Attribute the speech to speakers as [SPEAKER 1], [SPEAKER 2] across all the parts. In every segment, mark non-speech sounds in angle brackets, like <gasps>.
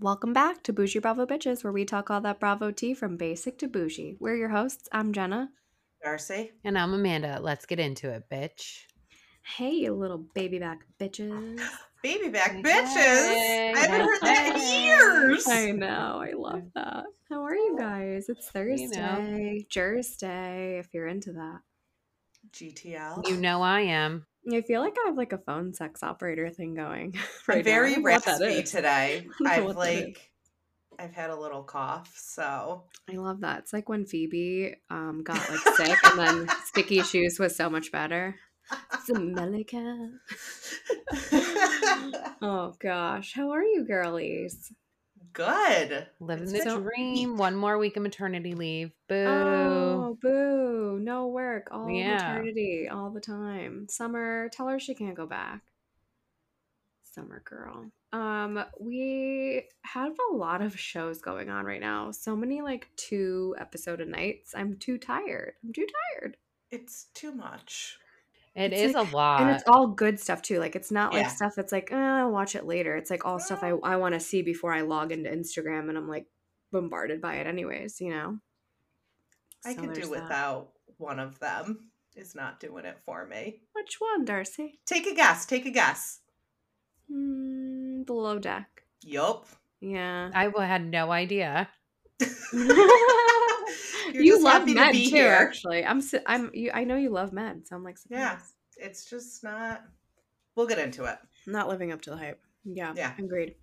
[SPEAKER 1] Welcome back to Bougie Bravo Bitches, where we talk all that Bravo tea from basic to bougie. We're your hosts. I'm Jenna.
[SPEAKER 2] Darcy.
[SPEAKER 3] And I'm Amanda. Let's get into it, bitch.
[SPEAKER 1] Hey, you little baby back bitches.
[SPEAKER 2] Baby back bitches.
[SPEAKER 3] Hey,
[SPEAKER 2] I haven't heard that in
[SPEAKER 3] hey.
[SPEAKER 2] years.
[SPEAKER 1] I know. I love that. How are you guys? It's
[SPEAKER 3] You know.
[SPEAKER 1] Thursday, Thursday. If you're into that,
[SPEAKER 2] GTL.
[SPEAKER 1] <sighs>
[SPEAKER 3] You know I am.
[SPEAKER 1] I feel like I have like a phone sex operator thing going. <laughs>
[SPEAKER 2] I'm
[SPEAKER 1] Right now. I
[SPEAKER 2] very
[SPEAKER 1] don't know what that
[SPEAKER 2] raspy
[SPEAKER 1] is. <laughs>
[SPEAKER 2] today.
[SPEAKER 1] don't know
[SPEAKER 2] I've
[SPEAKER 1] what that is.
[SPEAKER 2] like I've had a little cough, so <laughs>
[SPEAKER 1] I love that. It's like when Phoebe um, got like <laughs> sick, and then Sticky Shoes was so much better. It's a Melika. Oh gosh, how are you, girlies?
[SPEAKER 2] good.
[SPEAKER 3] Living
[SPEAKER 2] It's
[SPEAKER 3] the
[SPEAKER 1] so-
[SPEAKER 3] dream. One more week of maternity leave. Boo.
[SPEAKER 1] Oh, boo! No work all
[SPEAKER 3] Yeah.
[SPEAKER 1] maternity, all the time. Summer, tell her she can't go back. Summer girl. Um, we have a lot of shows going on right now. So many like two episode a nights. I'm too tired. I'm too tired.
[SPEAKER 2] It's too much.
[SPEAKER 3] it
[SPEAKER 1] it's
[SPEAKER 3] is
[SPEAKER 1] like-
[SPEAKER 3] a lot.
[SPEAKER 1] and it's all good stuff too. Like it's not like
[SPEAKER 2] Yeah.
[SPEAKER 1] stuff that's like, eh, I'll watch it later. It's like all stuff
[SPEAKER 2] <gasps>
[SPEAKER 1] I, I want to see before I log into Instagram and I'm like bombarded by it anyways, you know?
[SPEAKER 2] I
[SPEAKER 1] So
[SPEAKER 2] could do
[SPEAKER 1] there's that.
[SPEAKER 2] without one of them. Is not doing it for me.
[SPEAKER 1] Which one, Darcy?
[SPEAKER 2] Take a guess. Take a guess.
[SPEAKER 1] Mm, below deck.
[SPEAKER 2] Yup. <laughs>
[SPEAKER 1] Yeah. <laughs>
[SPEAKER 3] I w- had no idea.
[SPEAKER 1] you
[SPEAKER 2] just
[SPEAKER 1] love
[SPEAKER 2] happy to
[SPEAKER 1] med
[SPEAKER 2] be
[SPEAKER 1] too,
[SPEAKER 2] here.
[SPEAKER 1] actually. I'm si- I'm you. I know you love med, so I'm like,
[SPEAKER 2] Yeah.
[SPEAKER 1] surprised.
[SPEAKER 2] It's just not. We'll get into it.
[SPEAKER 1] not living up to the hype. Yeah,
[SPEAKER 2] Yeah.
[SPEAKER 1] agreed.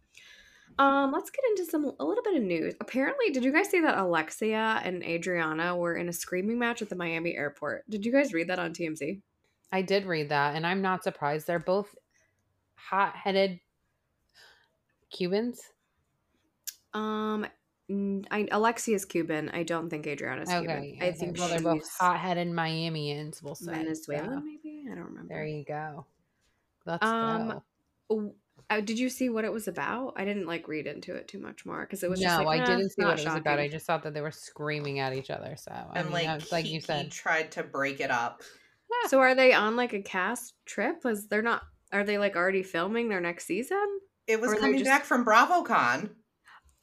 [SPEAKER 1] Um, let's get into some a little bit of news. Apparently, did you guys see that Alexia and Adriana were in a screaming match at the Miami airport? Did you guys read that on TMZ?
[SPEAKER 3] I did read that, and I'm not surprised. They're both hot headed Cubans.
[SPEAKER 1] Um, n- I, Alexia's Cuban. I don't think Adriana's
[SPEAKER 3] Okay.
[SPEAKER 1] Cuban. I
[SPEAKER 3] okay.
[SPEAKER 1] think
[SPEAKER 3] well, they're
[SPEAKER 1] she's
[SPEAKER 3] both hot headed Miamians, we'll say.
[SPEAKER 1] Venezuelan,
[SPEAKER 3] So,
[SPEAKER 1] maybe. I don't remember.
[SPEAKER 3] there you go. Let's
[SPEAKER 1] Um,
[SPEAKER 3] go.
[SPEAKER 1] w- uh, did you see what it was about? I didn't like read into it too much more because it was
[SPEAKER 3] no,
[SPEAKER 1] just like,
[SPEAKER 3] I
[SPEAKER 1] "Nah,
[SPEAKER 3] didn't
[SPEAKER 1] it's
[SPEAKER 3] see
[SPEAKER 1] not
[SPEAKER 3] what it was about. I
[SPEAKER 1] shocking."
[SPEAKER 3] just thought that they were screaming at each other. So I
[SPEAKER 2] and
[SPEAKER 3] mean,
[SPEAKER 2] like,
[SPEAKER 3] that's- like you
[SPEAKER 2] Kiki
[SPEAKER 3] said,
[SPEAKER 2] tried to break it up.
[SPEAKER 1] So are they on like a cast trip? Was they're not? Are they like already filming their next season?
[SPEAKER 2] It was
[SPEAKER 1] Or they're
[SPEAKER 2] coming
[SPEAKER 1] just-
[SPEAKER 2] back from BravoCon.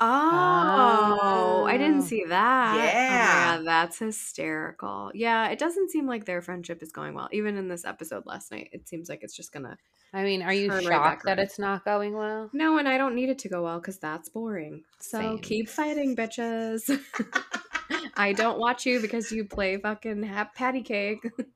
[SPEAKER 1] Oh, I
[SPEAKER 3] Oh.
[SPEAKER 1] didn't see that. Oh
[SPEAKER 2] Yeah.
[SPEAKER 1] my god, that's hysterical. Yeah, it doesn't seem like their friendship is going well. Even in this episode last night, it seems like it's just gonna.
[SPEAKER 3] I mean, are you
[SPEAKER 1] Turn right back
[SPEAKER 3] shocked that
[SPEAKER 1] around.
[SPEAKER 3] it's not going well?
[SPEAKER 1] No, and I don't need it to go well because that's boring. So
[SPEAKER 3] Same.
[SPEAKER 1] keep fighting, bitches. <laughs> I don't watch you because you play fucking ha- patty cake. <laughs>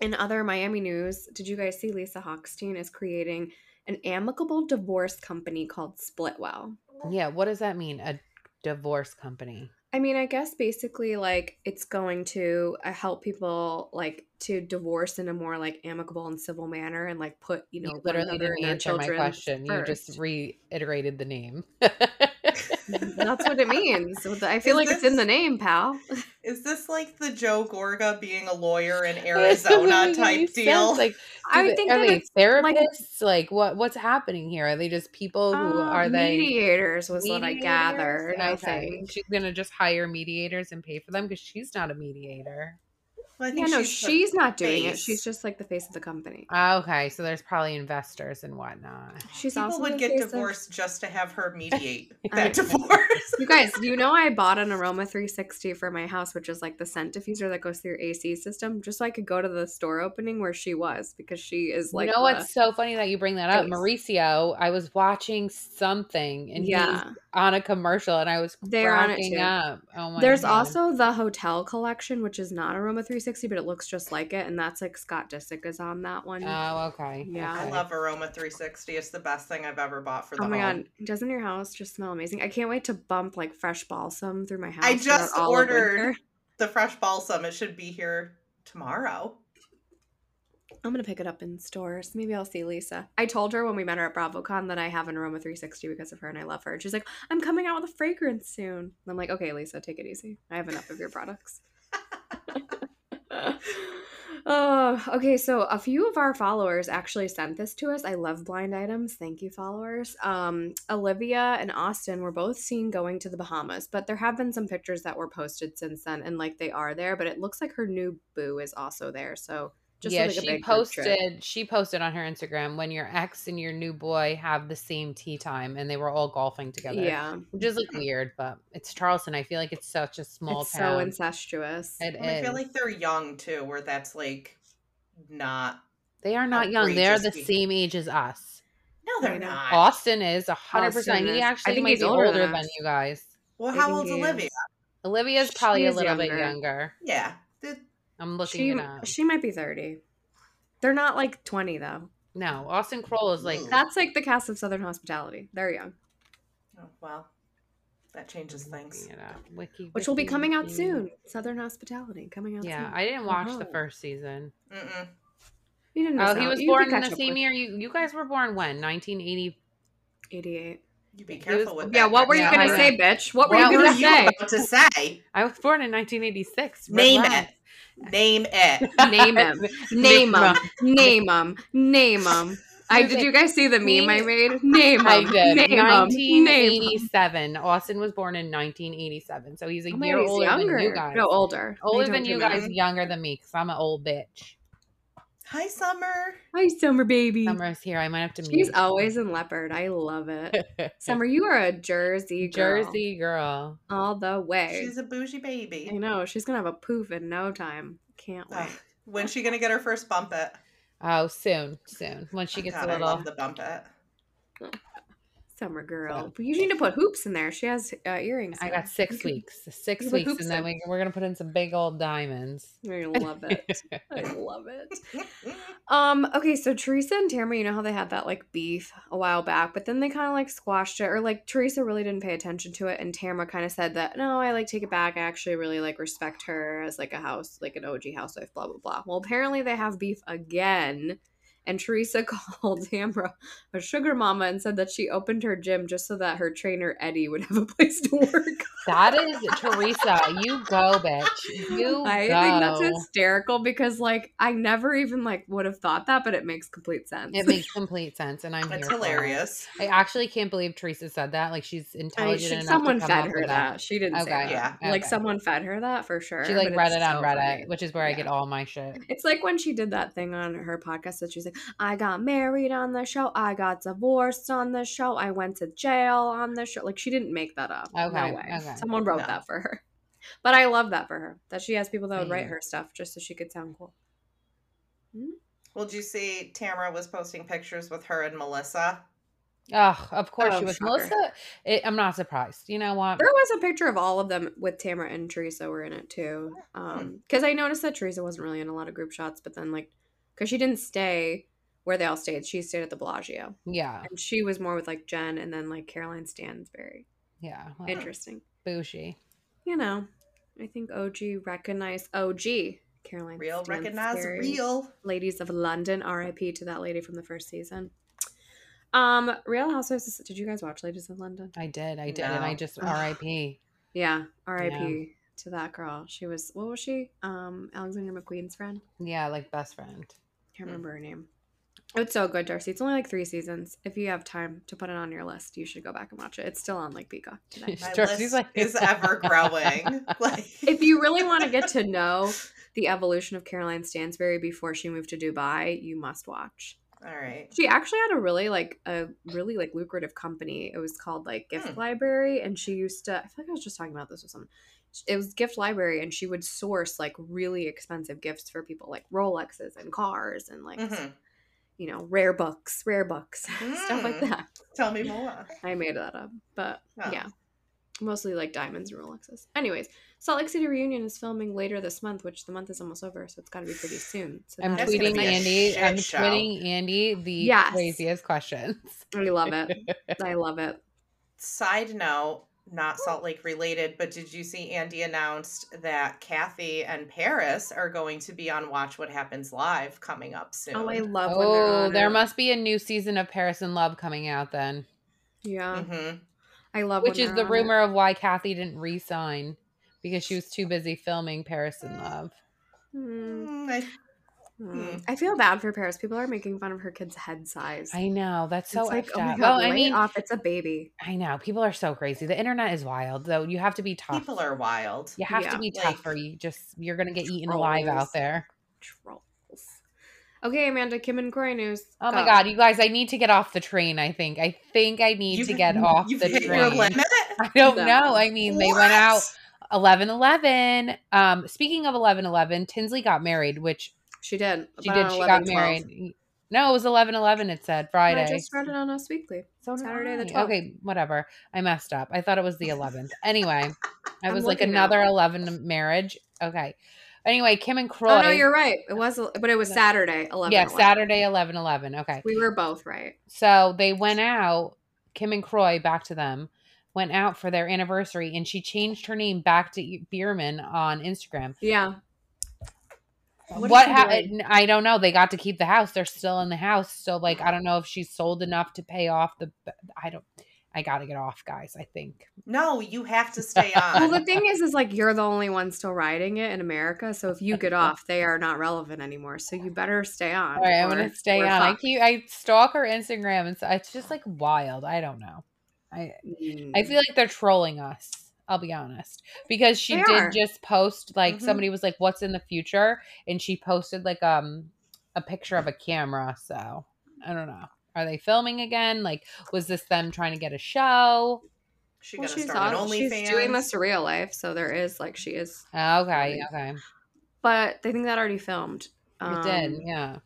[SPEAKER 1] In other Miami news, did you guys see Lisa Hochstein is creating an amicable divorce company called Splitwell?
[SPEAKER 3] Yeah, what does that mean? A divorce company.
[SPEAKER 1] I mean, I guess basically like it's going to uh, help people like to divorce in a more like amicable and civil manner and like put, you know,
[SPEAKER 3] You
[SPEAKER 1] one
[SPEAKER 3] literally
[SPEAKER 1] another
[SPEAKER 3] didn't
[SPEAKER 1] and their
[SPEAKER 3] answer my
[SPEAKER 1] children
[SPEAKER 3] question. You
[SPEAKER 1] first.
[SPEAKER 3] just reiterated the name.
[SPEAKER 1] <laughs>
[SPEAKER 3] <laughs>
[SPEAKER 1] That's what it means. With the- I feel
[SPEAKER 2] Is
[SPEAKER 1] like it's in
[SPEAKER 2] this-
[SPEAKER 1] the name, pal.
[SPEAKER 2] <laughs> Is this like the Joe Gorga being a
[SPEAKER 1] <laughs>
[SPEAKER 2] lawyer in
[SPEAKER 3] This doesn't
[SPEAKER 2] Arizona
[SPEAKER 3] make any
[SPEAKER 2] type
[SPEAKER 3] sense.
[SPEAKER 2] deal?
[SPEAKER 3] Like,
[SPEAKER 1] I
[SPEAKER 3] do they-
[SPEAKER 1] think
[SPEAKER 3] are
[SPEAKER 1] that
[SPEAKER 3] they
[SPEAKER 1] it's, like-
[SPEAKER 3] therapists? Like, what what's happening here? Are they just people who
[SPEAKER 1] Uh,
[SPEAKER 3] are they?
[SPEAKER 1] mediators was what I
[SPEAKER 3] mediators?
[SPEAKER 1] gathered. I
[SPEAKER 3] Okay.
[SPEAKER 1] think.
[SPEAKER 3] she's gonna just hire mediators and pay for them because she's not a mediator.
[SPEAKER 2] Well, <laughs> I
[SPEAKER 1] Yeah,
[SPEAKER 2] think
[SPEAKER 1] no,
[SPEAKER 2] she's the-
[SPEAKER 1] she's not doing it.
[SPEAKER 2] face. Uh,
[SPEAKER 1] She's just like the face of the company.
[SPEAKER 3] Okay, so there's probably investors and whatnot.
[SPEAKER 1] She's
[SPEAKER 2] people
[SPEAKER 1] also
[SPEAKER 2] would
[SPEAKER 1] the
[SPEAKER 2] get
[SPEAKER 1] face of-
[SPEAKER 2] divorced just to have her
[SPEAKER 1] <laughs>
[SPEAKER 2] mediate
[SPEAKER 3] I
[SPEAKER 2] that
[SPEAKER 3] know.
[SPEAKER 2] divorce.
[SPEAKER 1] You guys, you know I bought an Aroma 360 for my house, which is like the scent diffuser that goes through your AC system, just so I could go to the store opening where she was because she is like
[SPEAKER 3] you know
[SPEAKER 1] the-
[SPEAKER 3] what's so funny that you bring that up,
[SPEAKER 1] face.
[SPEAKER 3] Mauricio? I was watching something and he's
[SPEAKER 1] yeah.
[SPEAKER 3] on a commercial, and I was
[SPEAKER 1] They're on it
[SPEAKER 3] cracking
[SPEAKER 1] too.
[SPEAKER 3] up. Oh my!
[SPEAKER 1] There's
[SPEAKER 3] God.
[SPEAKER 1] also the hotel collection, which is not Aroma 360, but it looks just like it, and that's like Scott Disick is on that one.
[SPEAKER 3] Oh, okay.
[SPEAKER 1] Yeah. <laughs>
[SPEAKER 2] I
[SPEAKER 3] okay.
[SPEAKER 2] love Aroma 360. It's the best thing I've ever bought for the
[SPEAKER 1] Oh my
[SPEAKER 2] home.
[SPEAKER 1] god, doesn't your house just smell amazing? I can't wait to bump like fresh balsam through my house.
[SPEAKER 2] I
[SPEAKER 1] throughout
[SPEAKER 2] just
[SPEAKER 1] all of
[SPEAKER 2] ordered-
[SPEAKER 1] winter.
[SPEAKER 2] The fresh balsam. It should be here tomorrow.
[SPEAKER 1] <laughs> I'm gonna pick it up in stores. Maybe I'll see Lisa. I told her when we met her at BravoCon that I have an Aroma 360 because of her and I love her. And she's like, I'm coming out with a fragrance soon. And I'm like, okay, Lisa, take it easy. I have enough of your <laughs> products. oh, okay. So a few of our followers actually sent this to us. I love blind items. Thank you, followers. Um, Olivia and Austin were both seen going to the Bahamas, but there have been some pictures that were posted since then, and like they are there. But it looks like her new boo is also there. So Just
[SPEAKER 3] yeah,
[SPEAKER 1] like a
[SPEAKER 3] she
[SPEAKER 1] big group trip.
[SPEAKER 3] posted she posted on her Instagram when your ex and your new boy have the same tea time and they were all golfing together.
[SPEAKER 1] Yeah,
[SPEAKER 3] Which is like weird, but it's Charleston. I feel like it's such a small
[SPEAKER 1] it's so
[SPEAKER 3] town.
[SPEAKER 1] incestuous.
[SPEAKER 3] It
[SPEAKER 2] And I feel
[SPEAKER 3] is.
[SPEAKER 2] like they're young too, where that's like not.
[SPEAKER 3] they are not young. They're the
[SPEAKER 2] outrageous
[SPEAKER 3] same age as us.
[SPEAKER 2] No, they're
[SPEAKER 1] I know.
[SPEAKER 2] not.
[SPEAKER 3] Austin is a hundred percent.
[SPEAKER 1] Austin
[SPEAKER 3] He
[SPEAKER 1] is- I
[SPEAKER 3] actually
[SPEAKER 1] think
[SPEAKER 3] might
[SPEAKER 1] he's
[SPEAKER 3] be
[SPEAKER 1] older
[SPEAKER 3] older,
[SPEAKER 1] than
[SPEAKER 3] than,
[SPEAKER 1] us.
[SPEAKER 3] you guys.
[SPEAKER 2] Well,
[SPEAKER 1] I
[SPEAKER 2] how
[SPEAKER 1] think
[SPEAKER 2] old's
[SPEAKER 1] he
[SPEAKER 2] Olivia?
[SPEAKER 1] is.
[SPEAKER 3] Olivia's
[SPEAKER 1] She
[SPEAKER 3] probably a
[SPEAKER 1] is
[SPEAKER 3] little bit
[SPEAKER 1] younger.
[SPEAKER 3] younger.
[SPEAKER 2] Yeah, the-
[SPEAKER 3] I'm looking
[SPEAKER 1] She
[SPEAKER 3] it up.
[SPEAKER 1] she might be thirty. They're not like twenty though.
[SPEAKER 3] no, Austin Kroll is like
[SPEAKER 2] Ooh.
[SPEAKER 1] That's like the cast of Southern Hospitality. They're young,
[SPEAKER 2] oh, well, that changes
[SPEAKER 3] Mm-hmm.
[SPEAKER 2] things.
[SPEAKER 3] looking it up. Wiki,
[SPEAKER 1] which will be
[SPEAKER 3] wiki,
[SPEAKER 1] coming out
[SPEAKER 3] wiki.
[SPEAKER 1] soon. Southern Hospitality coming out.
[SPEAKER 3] Yeah,
[SPEAKER 1] soon.
[SPEAKER 3] I didn't watch the
[SPEAKER 1] Oh.
[SPEAKER 3] first season.
[SPEAKER 2] Mm-mm.
[SPEAKER 1] you didn't.
[SPEAKER 3] Oh,
[SPEAKER 1] miss
[SPEAKER 3] he
[SPEAKER 1] out.
[SPEAKER 3] was
[SPEAKER 1] You could
[SPEAKER 3] born in
[SPEAKER 1] catch
[SPEAKER 3] the
[SPEAKER 1] up
[SPEAKER 3] same
[SPEAKER 1] with
[SPEAKER 3] year. You you guys were born when? 1980.
[SPEAKER 1] 88.
[SPEAKER 2] You be
[SPEAKER 3] He was-
[SPEAKER 2] careful with that.
[SPEAKER 1] Yeah, what were you
[SPEAKER 3] Yeah,
[SPEAKER 1] going to
[SPEAKER 3] I know.
[SPEAKER 1] say, bitch? What were
[SPEAKER 3] What
[SPEAKER 1] you
[SPEAKER 3] were
[SPEAKER 1] going to
[SPEAKER 3] you
[SPEAKER 1] say?
[SPEAKER 2] about to say?
[SPEAKER 3] I was born in 1986.
[SPEAKER 2] Name it.
[SPEAKER 3] Relax.
[SPEAKER 2] Name it.
[SPEAKER 3] <laughs>
[SPEAKER 1] Name him. <laughs> Name
[SPEAKER 3] Name
[SPEAKER 1] them. Name them. Name
[SPEAKER 3] <laughs>
[SPEAKER 1] them. I did you guys see the meme I made? Name
[SPEAKER 3] I
[SPEAKER 1] them.
[SPEAKER 3] did.
[SPEAKER 1] Name 'em. Name 'em.
[SPEAKER 3] 1987. Austin was born in 1987, so he's a
[SPEAKER 1] Oh my
[SPEAKER 3] year
[SPEAKER 1] God, he's
[SPEAKER 3] older
[SPEAKER 1] younger.
[SPEAKER 3] than you guys.
[SPEAKER 1] No, older.
[SPEAKER 3] older
[SPEAKER 1] They
[SPEAKER 3] than
[SPEAKER 1] don't
[SPEAKER 3] you
[SPEAKER 1] do math.
[SPEAKER 3] guys, younger than me, because I'm an old bitch.
[SPEAKER 2] Hi, Summer.
[SPEAKER 1] Hi, Summer baby.
[SPEAKER 3] Summer's here. I might have to meet.
[SPEAKER 1] She's
[SPEAKER 3] <laughs>
[SPEAKER 1] always in leopard. I love it. Summer, you are a Jersey girl.
[SPEAKER 3] Jersey girl.
[SPEAKER 1] all the way.
[SPEAKER 2] She's a bougie
[SPEAKER 1] I
[SPEAKER 2] baby.
[SPEAKER 1] know she's gonna have a poof in no time. Can't wait.
[SPEAKER 2] Ugh, When's she gonna get her first bump it?
[SPEAKER 3] Oh, soon, soon. Once she
[SPEAKER 2] Oh,
[SPEAKER 3] gets
[SPEAKER 2] God,
[SPEAKER 3] a
[SPEAKER 2] I
[SPEAKER 3] little.
[SPEAKER 2] love the bump
[SPEAKER 1] <laughs>
[SPEAKER 2] it.
[SPEAKER 1] Summer girl.
[SPEAKER 3] So-
[SPEAKER 1] But you need to put hoops in there. She has uh, earrings.
[SPEAKER 3] I
[SPEAKER 1] now. <laughs>
[SPEAKER 3] got six
[SPEAKER 1] You
[SPEAKER 3] weeks. Six
[SPEAKER 1] you put
[SPEAKER 3] weeks,
[SPEAKER 1] hoops
[SPEAKER 3] and then
[SPEAKER 1] in.
[SPEAKER 3] we, we're gonna put in some big old diamonds.
[SPEAKER 1] can- I love it. I love it.
[SPEAKER 2] Mm-mm.
[SPEAKER 1] Um, okay, so Teresa and Tamara, you know how they had that like beef a while back, but then they kind of like squashed it, or like Teresa really didn't pay attention to it, and Tamara kind of said that no, I like take it back. I actually really like respect her as like a house, like an OG housewife, blah blah blah. Well, apparently they have beef again, and Teresa <laughs> called Tamara a sugar mama and said that she opened her gym just so that her trainer Eddie would have a place to work.
[SPEAKER 3] <laughs> That is Teresa. You go, bitch. You
[SPEAKER 1] <laughs> I
[SPEAKER 3] go.
[SPEAKER 1] think that's <laughs> hysterical because like I never even like would have thought that, but it makes complete sense.
[SPEAKER 3] It makes complete sense, and I'm
[SPEAKER 2] That's
[SPEAKER 3] here for it.
[SPEAKER 2] hilarious.
[SPEAKER 3] I actually can't believe Teresa said that. Like she's
[SPEAKER 1] I mean,
[SPEAKER 3] intelligent
[SPEAKER 1] she,
[SPEAKER 3] enough.
[SPEAKER 1] someone
[SPEAKER 3] to come
[SPEAKER 1] fed
[SPEAKER 3] up
[SPEAKER 1] her
[SPEAKER 3] with
[SPEAKER 1] that. She didn't say
[SPEAKER 3] Okay.
[SPEAKER 1] that.
[SPEAKER 2] Yeah.
[SPEAKER 1] Like
[SPEAKER 3] Okay.
[SPEAKER 1] someone fed her that for sure.
[SPEAKER 3] She like
[SPEAKER 1] but
[SPEAKER 3] read
[SPEAKER 1] it's
[SPEAKER 3] it
[SPEAKER 1] so
[SPEAKER 3] on Reddit,
[SPEAKER 1] funny.
[SPEAKER 3] which is where I get
[SPEAKER 1] Yeah.
[SPEAKER 3] all my shit.
[SPEAKER 1] It's like when she did that thing on her podcast that she's like, I got married on the show, I got divorced on the show, I went to jail on the show. Like she didn't make that up.
[SPEAKER 3] Okay,
[SPEAKER 1] No way.
[SPEAKER 3] okay.
[SPEAKER 1] Someone wrote
[SPEAKER 2] No.
[SPEAKER 1] that for her. But I love that for her. That she has people that would
[SPEAKER 3] I
[SPEAKER 1] write
[SPEAKER 3] know.
[SPEAKER 1] her stuff just so she could sound cool.
[SPEAKER 2] Well, did you see Tamara was posting pictures with her and Melissa?
[SPEAKER 3] Ugh, of course
[SPEAKER 1] Oh,
[SPEAKER 3] she was.
[SPEAKER 1] shocker.
[SPEAKER 3] Melissa, it, I'm not surprised. You know what?
[SPEAKER 1] There was a picture of all of them with Tamara and Teresa were in it too.
[SPEAKER 2] Hmm.
[SPEAKER 1] Um, because I noticed that Teresa wasn't really in a lot of group shots, but then like, because she didn't stay where they all stayed, she stayed at the Bellagio,
[SPEAKER 3] Yeah,
[SPEAKER 1] and she was more with like Jen and then like Caroline Stansberry.
[SPEAKER 3] yeah. Well,
[SPEAKER 1] Interesting,
[SPEAKER 3] bougie.
[SPEAKER 1] you know. I think OG recognize OG Caroline.
[SPEAKER 2] Real, recognize
[SPEAKER 1] Stansberry.
[SPEAKER 2] real.
[SPEAKER 1] Ladies of London, R.I.P. to that lady from the first season. Um, Real Housewives. Did you guys watch Ladies of London?
[SPEAKER 3] I did, I did, and I
[SPEAKER 2] No.
[SPEAKER 3] just
[SPEAKER 1] Ugh.
[SPEAKER 3] R.I.P.
[SPEAKER 1] Yeah, R.I.P. to that girl. She was what was she? Um, Alexander McQueen's friend.
[SPEAKER 3] Yeah, like best friend.
[SPEAKER 1] Can't
[SPEAKER 2] Hmm.
[SPEAKER 1] remember her name. It's so good, Darcy. It's only like three seasons. If you have time to put it on your list, you should go back and watch it. It's still on like Peacock
[SPEAKER 2] <laughs>
[SPEAKER 1] today.
[SPEAKER 2] My list
[SPEAKER 3] Darcy's like-
[SPEAKER 2] is
[SPEAKER 1] <laughs>
[SPEAKER 2] ever growing. <laughs> Like
[SPEAKER 1] if you really want to get to know the evolution of Caroline Stansbury before she moved to Dubai, you must watch.
[SPEAKER 2] all
[SPEAKER 1] <laughs>
[SPEAKER 2] right.
[SPEAKER 1] She actually had a really like a really like lucrative company. It was called like Gift
[SPEAKER 2] Hmm.
[SPEAKER 1] Library, and she used to. I feel like I was just talking about this with someone. It was Gift Library, and she would source like really expensive gifts for people, like Rolexes and cars, and like
[SPEAKER 2] Mhm.
[SPEAKER 1] you know rare books, rare books, <laughs> stuff like
[SPEAKER 2] Mm.
[SPEAKER 1] that.
[SPEAKER 2] Tell me more.
[SPEAKER 1] I made that up, but
[SPEAKER 2] Oh.
[SPEAKER 1] yeah, mostly like diamonds and Rolexes. Anyways, Salt Lake City reunion is filming later this month, which the month is almost over, so it's got to be pretty soon. So
[SPEAKER 3] I'm
[SPEAKER 1] that
[SPEAKER 2] That's
[SPEAKER 1] is
[SPEAKER 2] gonna
[SPEAKER 3] tweeting
[SPEAKER 2] be a
[SPEAKER 1] exciting.
[SPEAKER 3] Andy.
[SPEAKER 2] shit
[SPEAKER 3] I'm
[SPEAKER 2] show.
[SPEAKER 3] tweeting Andy the
[SPEAKER 1] Yes.
[SPEAKER 3] craziest questions.
[SPEAKER 1] I love it.
[SPEAKER 3] <laughs>
[SPEAKER 1] I love it.
[SPEAKER 2] Side note, not Salt Lake related, but did you see Andy announced that Kathy and Paris are going to be on Watch What Happens Live coming up soon?
[SPEAKER 1] Oh, I love when they're
[SPEAKER 3] Oh,
[SPEAKER 1] on
[SPEAKER 3] there
[SPEAKER 1] it.
[SPEAKER 3] must be a new season of Paris and Love coming out then,
[SPEAKER 1] Yeah,
[SPEAKER 2] hmm
[SPEAKER 1] I love
[SPEAKER 3] which
[SPEAKER 1] when
[SPEAKER 3] is
[SPEAKER 1] they're
[SPEAKER 3] the
[SPEAKER 1] on it.
[SPEAKER 3] rumor of why Kathy didn't re-sign because she was too busy filming Paris and Love. Mm-hmm.
[SPEAKER 1] Mm,
[SPEAKER 2] I,
[SPEAKER 1] mm.
[SPEAKER 2] Mm.
[SPEAKER 1] I feel bad for Paris. People are making fun of her kid's head size.
[SPEAKER 3] I know that's so
[SPEAKER 1] it's like,
[SPEAKER 3] effed
[SPEAKER 1] oh my
[SPEAKER 3] up.
[SPEAKER 1] god,
[SPEAKER 3] oh, I
[SPEAKER 1] lay
[SPEAKER 3] mean,
[SPEAKER 1] off. It's a baby.
[SPEAKER 3] I know people are so crazy. The internet is wild, though. You have to be tough.
[SPEAKER 2] people are wild.
[SPEAKER 3] You have
[SPEAKER 1] Yeah.
[SPEAKER 3] to be
[SPEAKER 2] Like-
[SPEAKER 3] tough, or you just you're gonna get eaten alive
[SPEAKER 1] Trolls.
[SPEAKER 3] out there.
[SPEAKER 1] Trolls. Okay, Amanda, Kim and Croy news.
[SPEAKER 3] Oh my
[SPEAKER 1] Go.
[SPEAKER 3] god, you guys, I need to get off the train, I think. I think I need to
[SPEAKER 2] You've-
[SPEAKER 3] get off
[SPEAKER 2] you've
[SPEAKER 3] the
[SPEAKER 2] hit
[SPEAKER 3] train.
[SPEAKER 2] your limit?
[SPEAKER 3] <laughs> I don't
[SPEAKER 1] No.
[SPEAKER 3] know. I mean, they
[SPEAKER 2] What?
[SPEAKER 3] went out 11-11. Um speaking of 11-11, Tinsley got married, which
[SPEAKER 1] She did.
[SPEAKER 3] she
[SPEAKER 1] but
[SPEAKER 3] did.
[SPEAKER 1] on
[SPEAKER 3] She got
[SPEAKER 1] 11-12.
[SPEAKER 3] married. No, it was 11-11 it said Friday.
[SPEAKER 1] I just read it on Us Weekly.
[SPEAKER 3] So did
[SPEAKER 1] Saturday the
[SPEAKER 3] I.
[SPEAKER 1] 12th.
[SPEAKER 3] Okay, whatever. I messed up. I thought it was the 11th. Anyway, I
[SPEAKER 1] I'm
[SPEAKER 3] was like
[SPEAKER 1] looking now.
[SPEAKER 3] another 11 marriage. Okay. Anyway, Kim and Croy.
[SPEAKER 1] Oh no, you're right. It was, but it was
[SPEAKER 3] No.
[SPEAKER 1] Saturday. Eleven.
[SPEAKER 3] yeah,
[SPEAKER 1] 11.
[SPEAKER 3] Saturday 11 11. Okay.
[SPEAKER 1] We were both right.
[SPEAKER 3] So they went out, Kim and Croy, back to them, went out for their anniversary, and she changed her name back to E- Bierman on Instagram.
[SPEAKER 1] Yeah. What
[SPEAKER 3] What,
[SPEAKER 1] is she
[SPEAKER 3] happened? I don't know. They got to keep the house. They're still in the house. So, like, I don't know if she sold enough to pay off the. I don't. I got to get off, guys. I think.
[SPEAKER 2] No, you have to stay on.
[SPEAKER 1] <laughs> Well, the thing is, is like you're the only one still riding it in America. So if you get off, they are not relevant anymore. So you better stay on.
[SPEAKER 3] All right, I'm
[SPEAKER 1] or
[SPEAKER 3] gonna stay
[SPEAKER 1] we're
[SPEAKER 3] on. I
[SPEAKER 1] fucked.
[SPEAKER 3] keep I stalk her Instagram, and so it's just like wild. I don't know. I I
[SPEAKER 1] Mm.
[SPEAKER 3] feel like they're trolling us. I'll be honest, because she
[SPEAKER 1] They
[SPEAKER 3] did
[SPEAKER 1] are. Mm-hmm.
[SPEAKER 3] just post like
[SPEAKER 2] Mhm.
[SPEAKER 3] somebody was like, "What's in the future?" and she posted like um a picture of a camera. So I don't know. Are they filming again? Like, was this them trying to get a show?
[SPEAKER 2] She
[SPEAKER 1] Well,
[SPEAKER 2] gonna
[SPEAKER 1] she's,
[SPEAKER 2] start
[SPEAKER 1] all-
[SPEAKER 2] an
[SPEAKER 1] she's
[SPEAKER 2] OnlyFans.
[SPEAKER 1] doing this in real life, so there is like she is,
[SPEAKER 3] Okay,
[SPEAKER 1] Really?
[SPEAKER 3] okay,
[SPEAKER 1] but they think that already filmed.
[SPEAKER 3] it did,
[SPEAKER 1] Um,
[SPEAKER 3] yeah.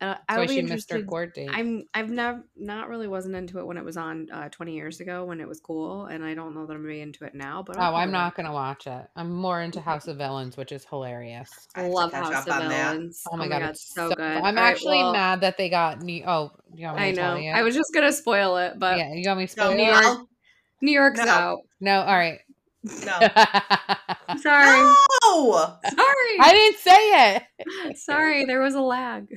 [SPEAKER 1] and I- I
[SPEAKER 3] So
[SPEAKER 1] would be
[SPEAKER 3] she missed her
[SPEAKER 1] interested.
[SPEAKER 3] court date.
[SPEAKER 1] I'm I've never not really wasn't into it when it was on uh, 20 years ago when it was cool, and I don't know that I'm gonna be into it now. But I'll
[SPEAKER 3] oh, I'm
[SPEAKER 1] probably-
[SPEAKER 3] not gonna watch it. I'm more into House of Villains, which is hilarious.
[SPEAKER 2] I have to
[SPEAKER 1] love
[SPEAKER 2] catch
[SPEAKER 1] House
[SPEAKER 2] up
[SPEAKER 1] of
[SPEAKER 2] on that.
[SPEAKER 1] Villains.
[SPEAKER 3] Oh my, god, it's so, good. I'm
[SPEAKER 1] All right,
[SPEAKER 3] actually
[SPEAKER 1] well,
[SPEAKER 3] mad that they got New. Oh, you want me
[SPEAKER 1] I
[SPEAKER 3] to tell
[SPEAKER 1] know.
[SPEAKER 3] you?
[SPEAKER 1] I was just gonna spoil it, but
[SPEAKER 3] yeah, you want me to
[SPEAKER 2] No,
[SPEAKER 3] spoil
[SPEAKER 2] no,
[SPEAKER 3] it?
[SPEAKER 1] York- New York's
[SPEAKER 2] No.
[SPEAKER 1] out.
[SPEAKER 3] <laughs> No, all right.
[SPEAKER 2] no.
[SPEAKER 3] <laughs> I
[SPEAKER 1] I'm <laughs> Sorry,
[SPEAKER 2] <laughs> No!
[SPEAKER 1] sorry,
[SPEAKER 3] didn't say it.
[SPEAKER 1] sorry. There was a
[SPEAKER 3] <laughs>
[SPEAKER 1] lag.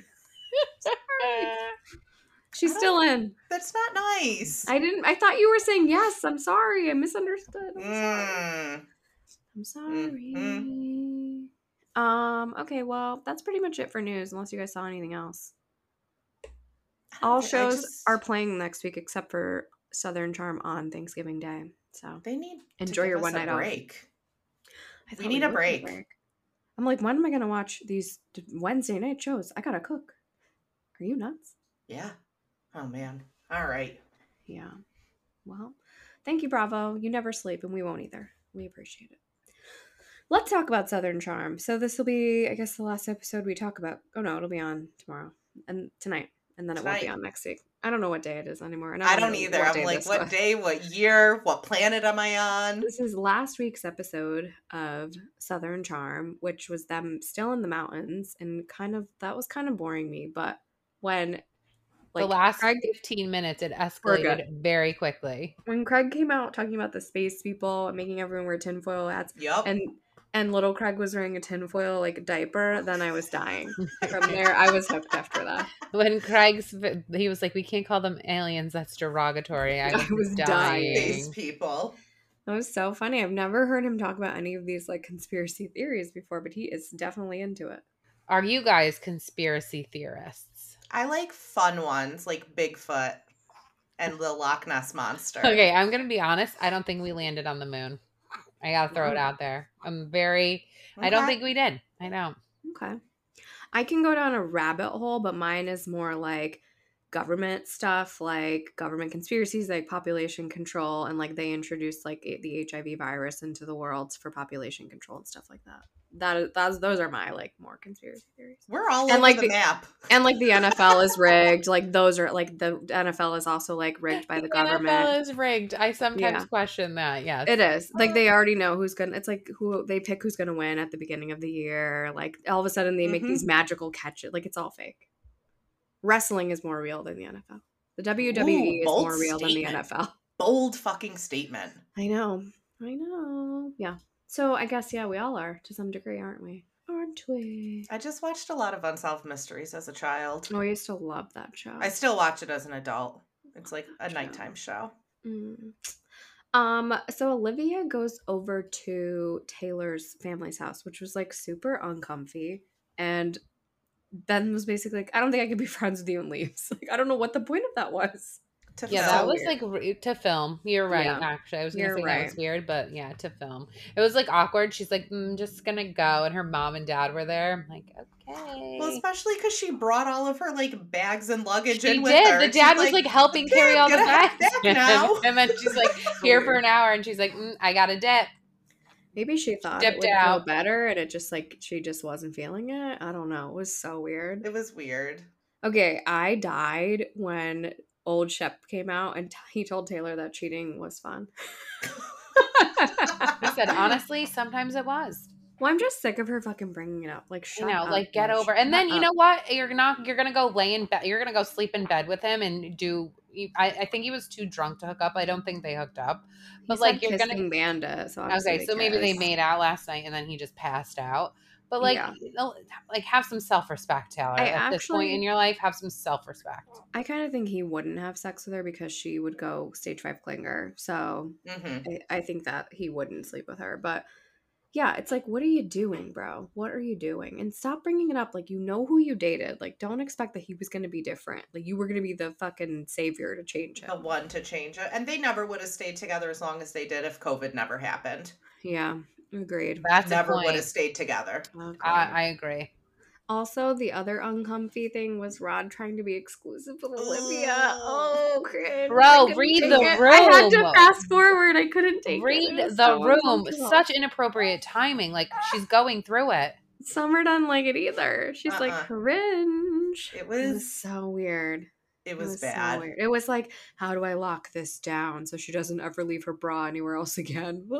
[SPEAKER 1] She's
[SPEAKER 2] I
[SPEAKER 1] still in.
[SPEAKER 2] That's not nice.
[SPEAKER 1] I didn't. I thought you were saying yes. I'm sorry. I misunderstood. I'm sorry.
[SPEAKER 2] Mm.
[SPEAKER 1] I'm sorry.
[SPEAKER 2] Mm,
[SPEAKER 1] Um. Okay. Well, that's pretty much it for news, unless you guys saw anything else.
[SPEAKER 2] I don't
[SPEAKER 1] All
[SPEAKER 2] thi- I
[SPEAKER 1] shows
[SPEAKER 2] just-
[SPEAKER 1] are playing next week except for Southern Charm on Thanksgiving Day. So
[SPEAKER 2] They need
[SPEAKER 1] Enjoy
[SPEAKER 2] to give
[SPEAKER 1] your
[SPEAKER 2] us
[SPEAKER 1] one
[SPEAKER 2] a
[SPEAKER 1] night off.
[SPEAKER 2] break.
[SPEAKER 1] I
[SPEAKER 2] We
[SPEAKER 1] thought
[SPEAKER 2] need a
[SPEAKER 1] would take
[SPEAKER 2] break.
[SPEAKER 1] I'm like, when am I gonna watch these d- Wednesday night shows? I gotta cook. Are you nuts?
[SPEAKER 2] Yeah. Oh man. All right.
[SPEAKER 1] Yeah. Well, thank you, Bravo. You never sleep, and we won't either. We appreciate it. Let's talk about Southern Charm. So this will be, I guess, the last episode we talk about. Oh no, it'll be on tomorrow and tonight, and then it won't be
[SPEAKER 2] Tonight.
[SPEAKER 1] on next week. I don't know what day it is anymore. and
[SPEAKER 2] I don't
[SPEAKER 1] know
[SPEAKER 2] either.
[SPEAKER 1] what
[SPEAKER 2] I'm
[SPEAKER 1] day
[SPEAKER 2] like,
[SPEAKER 1] this
[SPEAKER 2] what
[SPEAKER 1] was.
[SPEAKER 2] day, what year, what planet am I on?
[SPEAKER 1] This is last week's episode of Southern Charm, which was them still in the mountains, and kind of that was kind of boring me. But when
[SPEAKER 3] the last
[SPEAKER 1] Craig,
[SPEAKER 3] 15 minutes, it
[SPEAKER 1] We're good.
[SPEAKER 3] escalated very quickly.
[SPEAKER 1] when Craig came out talking about the space people and making everyone wear tinfoil hats,
[SPEAKER 2] Yup.
[SPEAKER 1] and and little Craig was wearing a tinfoil like diaper, then I was dying. From there, I was hooked after that.
[SPEAKER 3] When Craig's, he was like, "We can't call them aliens. That's derogatory."
[SPEAKER 1] <laughs>
[SPEAKER 3] I was,
[SPEAKER 1] was dying.
[SPEAKER 3] dying.
[SPEAKER 2] These people.
[SPEAKER 1] That was so funny. I've never heard him talk about any of these like conspiracy theories before, but he is definitely into it.
[SPEAKER 3] Are you guys conspiracy theorists?
[SPEAKER 2] I like fun ones like Bigfoot and the Loch Ness Monster.
[SPEAKER 3] Okay, I'm gonna be honest. I don't think we landed on the moon. I gotta throw it out there. I'm very. I don't
[SPEAKER 2] Okay.
[SPEAKER 3] think we did. I don't.
[SPEAKER 1] Okay. I can go down a rabbit hole, but mine is more like government stuff, like government conspiracies, like population control, and like they introduced like a- the HIV virus into the world for population control and stuff like that. That is, that's those are my like more conspiracy theories.
[SPEAKER 2] we're all
[SPEAKER 1] And
[SPEAKER 2] over
[SPEAKER 1] like
[SPEAKER 2] the,
[SPEAKER 1] the-
[SPEAKER 2] map.
[SPEAKER 1] And like the NFL is rigged, like those are like the NFL is also like rigged
[SPEAKER 3] <laughs>
[SPEAKER 1] by the government.
[SPEAKER 3] NFL is rigged. I sometimes
[SPEAKER 1] Yeah.
[SPEAKER 3] question that. Yes.
[SPEAKER 1] It is like they already know who's gonna. It's like who they pick who's gonna win at the beginning of the year. Like all of a sudden they make
[SPEAKER 2] Mhm.
[SPEAKER 1] these magical catches. Like it's all fake. Wrestling is more real than the NFL. The WWE is
[SPEAKER 2] bold
[SPEAKER 1] more real than the
[SPEAKER 2] statement.
[SPEAKER 1] NFL.
[SPEAKER 2] Bold fucking statement.
[SPEAKER 1] I know. I know. Yeah. So I guess yeah, we all are to some degree, aren't we? Aren't we?
[SPEAKER 2] I just watched a lot of Unsolved Mysteries as a child.
[SPEAKER 1] Oh, I used to love that show.
[SPEAKER 2] I still watch it as an adult. It's like a
[SPEAKER 1] Gotcha.
[SPEAKER 2] nighttime show.
[SPEAKER 1] Mm. Um, so Olivia goes over to Taylor's family's house, which was like super uncomfy. And <laughs> Ben was basically like, I don't think I could be friends with you and leaves. Like, I don't know what the point of that was.
[SPEAKER 2] to
[SPEAKER 3] Yeah,
[SPEAKER 1] So
[SPEAKER 3] that
[SPEAKER 2] film.
[SPEAKER 3] was like re- to film. You're right.
[SPEAKER 1] Yeah.
[SPEAKER 3] Actually, I was gonna
[SPEAKER 1] You're
[SPEAKER 3] say that was
[SPEAKER 1] right.
[SPEAKER 3] weird, but yeah, to film. It was like awkward. She's like, "Mm, just gonna go, and her mom and dad were there. I'm like, okay.
[SPEAKER 2] Well, especially because she brought all of her like bags and luggage
[SPEAKER 3] she
[SPEAKER 2] in with
[SPEAKER 3] did.
[SPEAKER 2] her.
[SPEAKER 3] The
[SPEAKER 2] She's
[SPEAKER 3] dad was like helping carry
[SPEAKER 2] "Dad,
[SPEAKER 3] all the
[SPEAKER 2] get out of
[SPEAKER 3] bags, <laughs>
[SPEAKER 2] bed now."
[SPEAKER 3] and then she's like here for an hour, and she's like, mm, I got a dip.
[SPEAKER 1] Maybe she thought
[SPEAKER 3] Dipped
[SPEAKER 1] it would
[SPEAKER 3] out.
[SPEAKER 1] feel better and it just like she just wasn't feeling it. I don't know. It was so weird.
[SPEAKER 2] <laughs> it was weird.
[SPEAKER 1] Okay, I died when old Shep came out and t- he told Taylor that cheating was fun.
[SPEAKER 3] I
[SPEAKER 1] <laughs>
[SPEAKER 2] <laughs>
[SPEAKER 3] said, honestly, sometimes it was.
[SPEAKER 1] Well, I'm just sick of her fucking bringing it up. Like, shut
[SPEAKER 3] you know,
[SPEAKER 1] up,
[SPEAKER 3] like get
[SPEAKER 1] bitch.
[SPEAKER 3] over. And then
[SPEAKER 1] Shut
[SPEAKER 3] you
[SPEAKER 1] up.
[SPEAKER 3] know what? You're not. You're gonna go lay in bed. You're gonna go sleep in bed with him and do. you- I, I think he was too drunk to hook up. I don't think they hooked up.
[SPEAKER 1] He
[SPEAKER 3] But
[SPEAKER 1] said
[SPEAKER 3] like you're gonna.
[SPEAKER 1] kissing bandit. So obviously
[SPEAKER 3] Okay,
[SPEAKER 1] they
[SPEAKER 3] so maybe they
[SPEAKER 1] kissed.
[SPEAKER 3] made out last night and then he just passed out. But like,
[SPEAKER 1] Yeah.
[SPEAKER 3] you know, like have some self respect, Taylor.
[SPEAKER 1] I
[SPEAKER 3] At this point
[SPEAKER 1] actually-
[SPEAKER 3] in your life, have some self respect.
[SPEAKER 1] I kind of think he wouldn't have sex with her because she would go stage five clinger. So
[SPEAKER 2] hmm
[SPEAKER 1] I, I think that he wouldn't sleep with her. But yeah, it's like, what are you doing, bro? What are you doing? And stop bringing it up. Like, you know who you dated. Like, don't expect that he was going to be different. Like, you were going to be the fucking savior to change it.
[SPEAKER 2] The one to change it, and they never would have stayed together as long as they did if COVID never happened.
[SPEAKER 1] Yeah, agreed.
[SPEAKER 3] That's a
[SPEAKER 2] never would
[SPEAKER 3] point.
[SPEAKER 2] have stayed together.
[SPEAKER 3] I,
[SPEAKER 1] Agreed.
[SPEAKER 3] I agree.
[SPEAKER 1] also, the other uncomfy thing was Rod trying to be exclusive with Olivia.
[SPEAKER 2] Ugh.
[SPEAKER 1] Oh, cringe. I
[SPEAKER 3] Bro,
[SPEAKER 1] couldn't
[SPEAKER 3] read
[SPEAKER 1] take
[SPEAKER 3] the
[SPEAKER 1] it. I had to
[SPEAKER 3] room.
[SPEAKER 1] fast forward. I couldn't take it. It
[SPEAKER 3] Read the
[SPEAKER 1] was so
[SPEAKER 3] room.
[SPEAKER 1] uncomfortable.
[SPEAKER 3] Such inappropriate timing. Like she's going through it.
[SPEAKER 1] Summer doesn't like it either. She's
[SPEAKER 2] Uh-uh.
[SPEAKER 1] like cringe.
[SPEAKER 2] It
[SPEAKER 1] It
[SPEAKER 2] was
[SPEAKER 1] was so weird.
[SPEAKER 2] it
[SPEAKER 1] It
[SPEAKER 2] was,
[SPEAKER 1] so
[SPEAKER 2] bad.
[SPEAKER 1] weird. It was like, how do I lock this down so she doesn't ever leave her bra anywhere else
[SPEAKER 2] <laughs>
[SPEAKER 1] again? <laughs>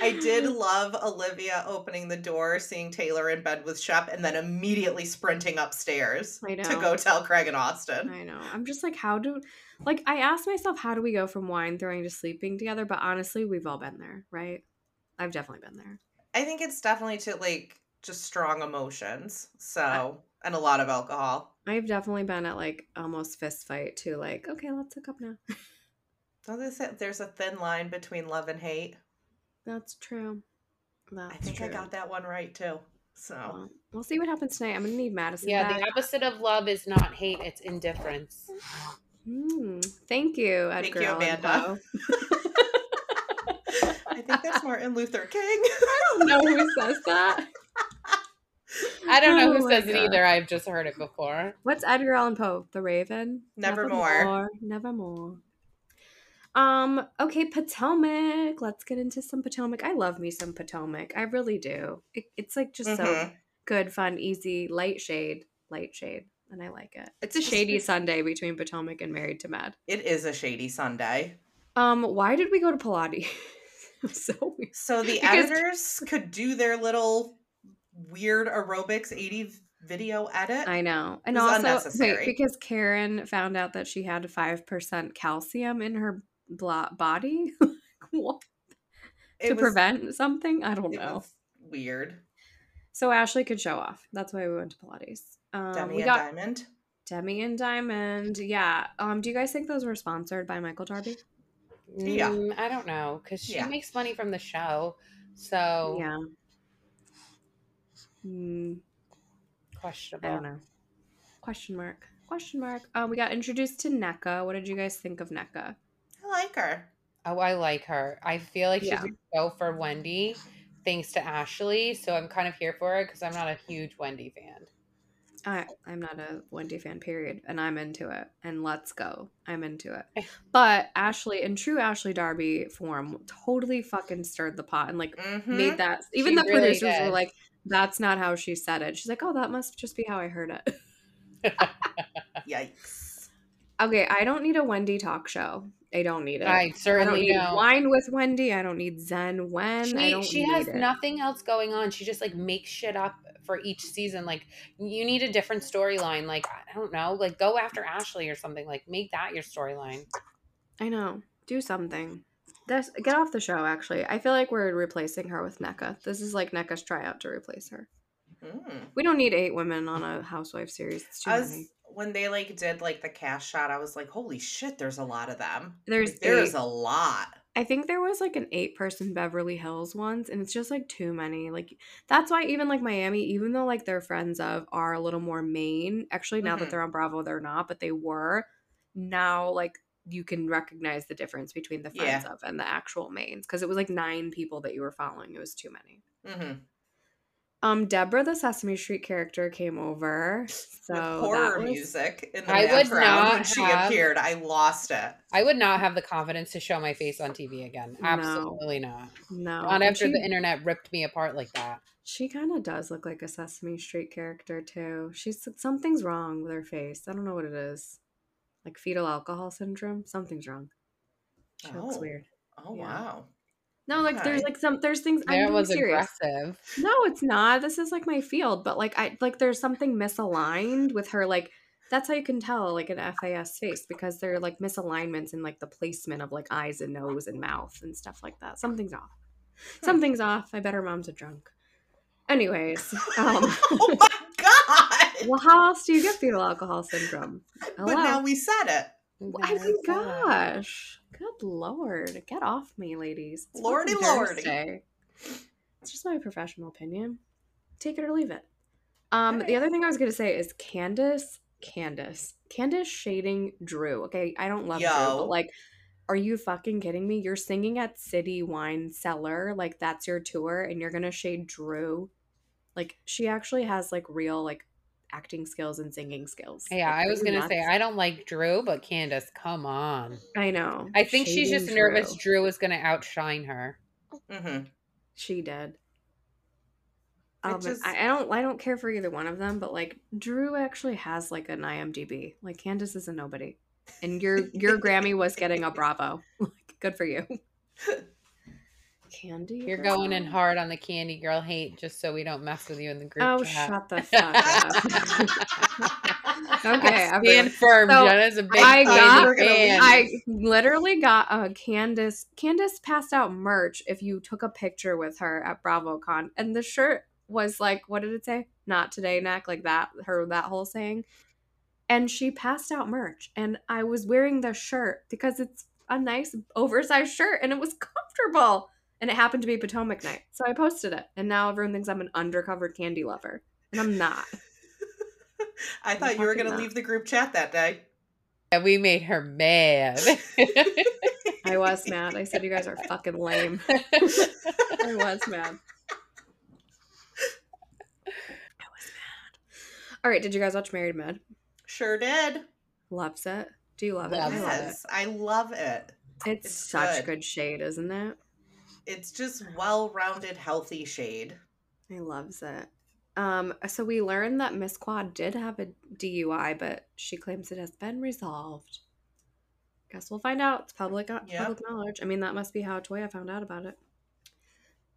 [SPEAKER 2] I
[SPEAKER 3] <laughs>
[SPEAKER 2] did love Olivia opening the door, seeing Taylor in bed with Shep, and then immediately sprinting upstairs
[SPEAKER 1] I
[SPEAKER 2] to
[SPEAKER 1] know.
[SPEAKER 2] go tell Craig and Austin.
[SPEAKER 1] I know. I'm just like, how do, like, I asked myself, how do we go from wine throwing to sleeping together? But honestly, we've all been there, right? I've definitely been there.
[SPEAKER 2] I think it's definitely to like just strong emotions. So, and a lot of alcohol.
[SPEAKER 1] I've definitely been at like almost fist fight to like, okay, let's hook up now.
[SPEAKER 2] Don't they say there's a thin line between love and hate?
[SPEAKER 1] That's true. That's
[SPEAKER 2] I think
[SPEAKER 1] true. Uh-huh.
[SPEAKER 2] I got that one right too. So,
[SPEAKER 1] Well, we'll see what happens tonight. I'm gonna need Madison.
[SPEAKER 3] Yeah,
[SPEAKER 1] back.
[SPEAKER 3] the opposite of love is not hate, it's indifference.
[SPEAKER 1] Mm, thank you, Edgar.
[SPEAKER 2] Thank you,
[SPEAKER 1] Allan
[SPEAKER 2] Amanda.
[SPEAKER 1] Poe.
[SPEAKER 2] I think that's Martin Luther
[SPEAKER 1] <laughs>
[SPEAKER 2] King.
[SPEAKER 1] I don't know who says that.
[SPEAKER 3] <laughs> I don't know
[SPEAKER 1] Oh
[SPEAKER 3] who
[SPEAKER 1] my
[SPEAKER 3] says it
[SPEAKER 1] God.
[SPEAKER 3] either. I've just heard it before.
[SPEAKER 1] What's Edgar Allan Poe? The Raven.
[SPEAKER 2] Nevermore.
[SPEAKER 1] Nevermore. Um. Okay, Potomac. Let's get into some Potomac. I love me some Potomac. I really do. It, it's like just so
[SPEAKER 2] Mhm.
[SPEAKER 1] good, fun, easy, light shade, light shade, and I like it. It's a
[SPEAKER 2] Just
[SPEAKER 1] shady
[SPEAKER 2] be-
[SPEAKER 1] Sunday between Potomac and Married to Mad.
[SPEAKER 2] It is a shady Sunday.
[SPEAKER 1] Um. Why did we go to Pilates? <laughs> It was so weird.
[SPEAKER 2] So the
[SPEAKER 1] Because-
[SPEAKER 2] editors could do their little weird aerobics 80 video edit.
[SPEAKER 1] I know. And
[SPEAKER 2] was
[SPEAKER 1] also,
[SPEAKER 2] unnecessary.
[SPEAKER 1] wait, because Karen found out that she had 5% calcium in her blo- body <laughs> What?
[SPEAKER 2] It
[SPEAKER 1] to
[SPEAKER 2] was-
[SPEAKER 1] prevent something. I don't
[SPEAKER 2] it
[SPEAKER 1] know.
[SPEAKER 2] was Weird.
[SPEAKER 1] So Ashley could show off. That's why we went to Pilates. Um,
[SPEAKER 2] Demi
[SPEAKER 1] we
[SPEAKER 2] and
[SPEAKER 1] got
[SPEAKER 2] Diamond.
[SPEAKER 1] Demi and Diamond. Yeah. Um, do you guys think those were sponsored by Michael Darby?
[SPEAKER 2] Yeah.
[SPEAKER 3] Mm, I don't know because she
[SPEAKER 2] Yeah.
[SPEAKER 3] makes money from the show. So
[SPEAKER 1] Yeah. Mm, I
[SPEAKER 3] questionable.
[SPEAKER 1] don't know. Question mark. Question mark. Um, we got introduced to NECA. What did you guys think of NECA?
[SPEAKER 2] I like her.
[SPEAKER 3] Oh, I like her. I feel like she's
[SPEAKER 1] Yeah.
[SPEAKER 3] gonna go for Wendy, thanks to Ashley. So I'm kind of here for it because I'm not a huge Wendy fan.
[SPEAKER 1] I, I'm not a Wendy fan, period. And I'm into it. And let's go. I'm into it. But Ashley, in true Ashley Darby form, totally fucking stirred the pot and like
[SPEAKER 2] hmm
[SPEAKER 1] made that. Even
[SPEAKER 3] She
[SPEAKER 1] the
[SPEAKER 3] Mm-hmm. really
[SPEAKER 1] producers
[SPEAKER 3] did.
[SPEAKER 1] were like, that's not how she said it. She's like, oh, that must just be how I heard it. <laughs>
[SPEAKER 2] Yikes.
[SPEAKER 1] okay, I don't need a Wendy talk show. I don't need it.
[SPEAKER 3] I
[SPEAKER 1] I don't
[SPEAKER 3] certainly
[SPEAKER 1] need
[SPEAKER 3] know.
[SPEAKER 1] wine with Wendy. I don't need Zen when. I
[SPEAKER 3] She,
[SPEAKER 1] don't
[SPEAKER 3] she
[SPEAKER 1] need
[SPEAKER 3] has
[SPEAKER 1] it.
[SPEAKER 3] nothing else going on. She just like makes shit up for each season. Like you need a different storyline. Like I don't know. Like go after Ashley or something. Like make that your storyline.
[SPEAKER 1] I know. Do something. This, get off the show, actually. I feel like we're replacing her with NECA. This is like NECA's tryout to replace her.
[SPEAKER 2] Mm.
[SPEAKER 1] We don't need eight women on a housewife series. It's too
[SPEAKER 2] I was-
[SPEAKER 1] many.
[SPEAKER 2] when they like did like the cash shot, I was like, holy shit, there's a lot of them.
[SPEAKER 1] There's
[SPEAKER 2] Like, there is
[SPEAKER 1] eight.
[SPEAKER 2] a lot.
[SPEAKER 1] I think there was like an eight person Beverly Hills once, and it's just like too many. Like that's why even like Miami, even though like their friends of are a little more main. Actually, now
[SPEAKER 2] Mhm.
[SPEAKER 1] that they're on Bravo, they're not, but they were. Now like you can recognize the difference between the
[SPEAKER 2] Yeah.
[SPEAKER 1] friends of and the actual mains because it was like nine people that you were following. It was too many.
[SPEAKER 2] Mm-hmm.
[SPEAKER 1] Um, Deborah, the Sesame Street character, came over. So that
[SPEAKER 2] With horror
[SPEAKER 1] was-
[SPEAKER 2] music in the
[SPEAKER 3] I would
[SPEAKER 2] background when
[SPEAKER 3] not
[SPEAKER 2] she
[SPEAKER 3] have-
[SPEAKER 2] appeared. I lost it.
[SPEAKER 3] I would not have the confidence to show my face on TV again.
[SPEAKER 1] No.
[SPEAKER 3] Absolutely not.
[SPEAKER 1] No,
[SPEAKER 3] Not
[SPEAKER 1] and
[SPEAKER 3] after
[SPEAKER 1] she-
[SPEAKER 3] the internet ripped me apart like that.
[SPEAKER 1] She kind of does look like a Sesame Street character too. She's something's wrong with her face. I don't know what it is. Like fetal alcohol syndrome. Something's wrong. She looks
[SPEAKER 2] Oh.
[SPEAKER 1] weird.
[SPEAKER 2] Oh
[SPEAKER 1] Yeah.
[SPEAKER 2] wow. <laughs>
[SPEAKER 1] No, like there's
[SPEAKER 2] Okay.
[SPEAKER 1] like some there's things
[SPEAKER 3] There
[SPEAKER 1] I'm
[SPEAKER 3] was
[SPEAKER 1] was serious.
[SPEAKER 3] aggressive.
[SPEAKER 1] No, it's not. This is like my field, but like I like there's something misaligned with her like that's how you can tell like an FAS face because there are like misalignments in like the placement of like eyes and nose and mouth and stuff like that. Something's off.
[SPEAKER 2] Hmm.
[SPEAKER 1] Something's off. I bet her mom's a drunk. Anyways, um <laughs>
[SPEAKER 2] oh my god.
[SPEAKER 1] Well, how else do you get fetal alcohol syndrome? Hello.
[SPEAKER 2] But now we said it.
[SPEAKER 1] I mean,
[SPEAKER 3] That's all.
[SPEAKER 1] gosh. Good lord. Get off me, ladies. It's
[SPEAKER 2] Lordy,
[SPEAKER 1] fucking
[SPEAKER 2] lordy.
[SPEAKER 1] Thursday. It's just my professional opinion. Take it or leave it. Um,
[SPEAKER 2] Alright.
[SPEAKER 1] the other thing I was gonna say is Candace, Candace, Candace shading Drew. Okay, I don't love Drew,
[SPEAKER 2] Yo.
[SPEAKER 1] but like, are you fucking kidding me? You're singing at City Wine Cellar, like that's your tour, and you're gonna shade Drew. Like she actually has like real like acting skills and singing skills.
[SPEAKER 3] Yeah,
[SPEAKER 1] Like,
[SPEAKER 3] I was
[SPEAKER 1] are you
[SPEAKER 3] gonna say
[SPEAKER 1] nuts?
[SPEAKER 3] I don't like Drew, but Candace, come on.
[SPEAKER 1] I know.
[SPEAKER 3] I think she's
[SPEAKER 1] Shading
[SPEAKER 3] just nervous
[SPEAKER 1] Drew.
[SPEAKER 3] Drew is gonna outshine her.
[SPEAKER 2] Mm-hmm.
[SPEAKER 1] She did.
[SPEAKER 2] I
[SPEAKER 1] Um,
[SPEAKER 2] just-
[SPEAKER 1] I, I don't. I don't care for either one of them, but like Drew actually has like an IMDb. Like Candace is a nobody, and your
[SPEAKER 3] <laughs>
[SPEAKER 1] your Grammy was getting a Bravo. <laughs> Like, good for you. Candy,
[SPEAKER 3] You're
[SPEAKER 1] girl.
[SPEAKER 3] going in hard on the candy girl hate just so we don't mess with you in the group
[SPEAKER 1] Oh,
[SPEAKER 3] chat.
[SPEAKER 1] shut
[SPEAKER 3] <laughs>
[SPEAKER 1] the fuck up. <laughs> okay,
[SPEAKER 3] I
[SPEAKER 1] everyone.
[SPEAKER 3] stand firm.
[SPEAKER 1] So,
[SPEAKER 3] Jenna's a big
[SPEAKER 1] I
[SPEAKER 3] I
[SPEAKER 1] got-
[SPEAKER 3] got, fan.
[SPEAKER 1] I literally got a Candace. Candace passed out merch if you took a picture with her at BravoCon, and the shirt was like, what did it say? Not today, Neck, like that. Her that whole saying, and she passed out merch, and I was wearing the shirt because it's a nice oversized shirt, and it was comfortable, and it happened to be Potomac night, so I posted it, and now everyone thinks I'm an undercover candy lover, and I'm not.
[SPEAKER 2] <laughs> I thought you were
[SPEAKER 1] fucking
[SPEAKER 2] gonna
[SPEAKER 1] not.
[SPEAKER 2] leave the group chat that day.
[SPEAKER 3] And we made
[SPEAKER 1] <laughs>
[SPEAKER 3] her mad. <laughs>
[SPEAKER 1] I was mad. I said you guys are fucking <laughs> lame. I was mad. I was mad. All right, did you guys watch Married Med?
[SPEAKER 2] Sure did.
[SPEAKER 1] Loves it. Do you love it?
[SPEAKER 3] Loves
[SPEAKER 1] I love it.
[SPEAKER 2] yes, I love it.
[SPEAKER 1] It's,
[SPEAKER 2] It's
[SPEAKER 1] such
[SPEAKER 2] good.
[SPEAKER 1] good. shade, isn't it?
[SPEAKER 2] It's just well-rounded, healthy shade.
[SPEAKER 1] I loves it. Um, so we learned that Miss Quad did have a DUI, but she claims it has been resolved. Guess we'll find out. It's public uh,
[SPEAKER 2] Yeah.
[SPEAKER 1] public knowledge. I mean, that must be how Toya found out about it.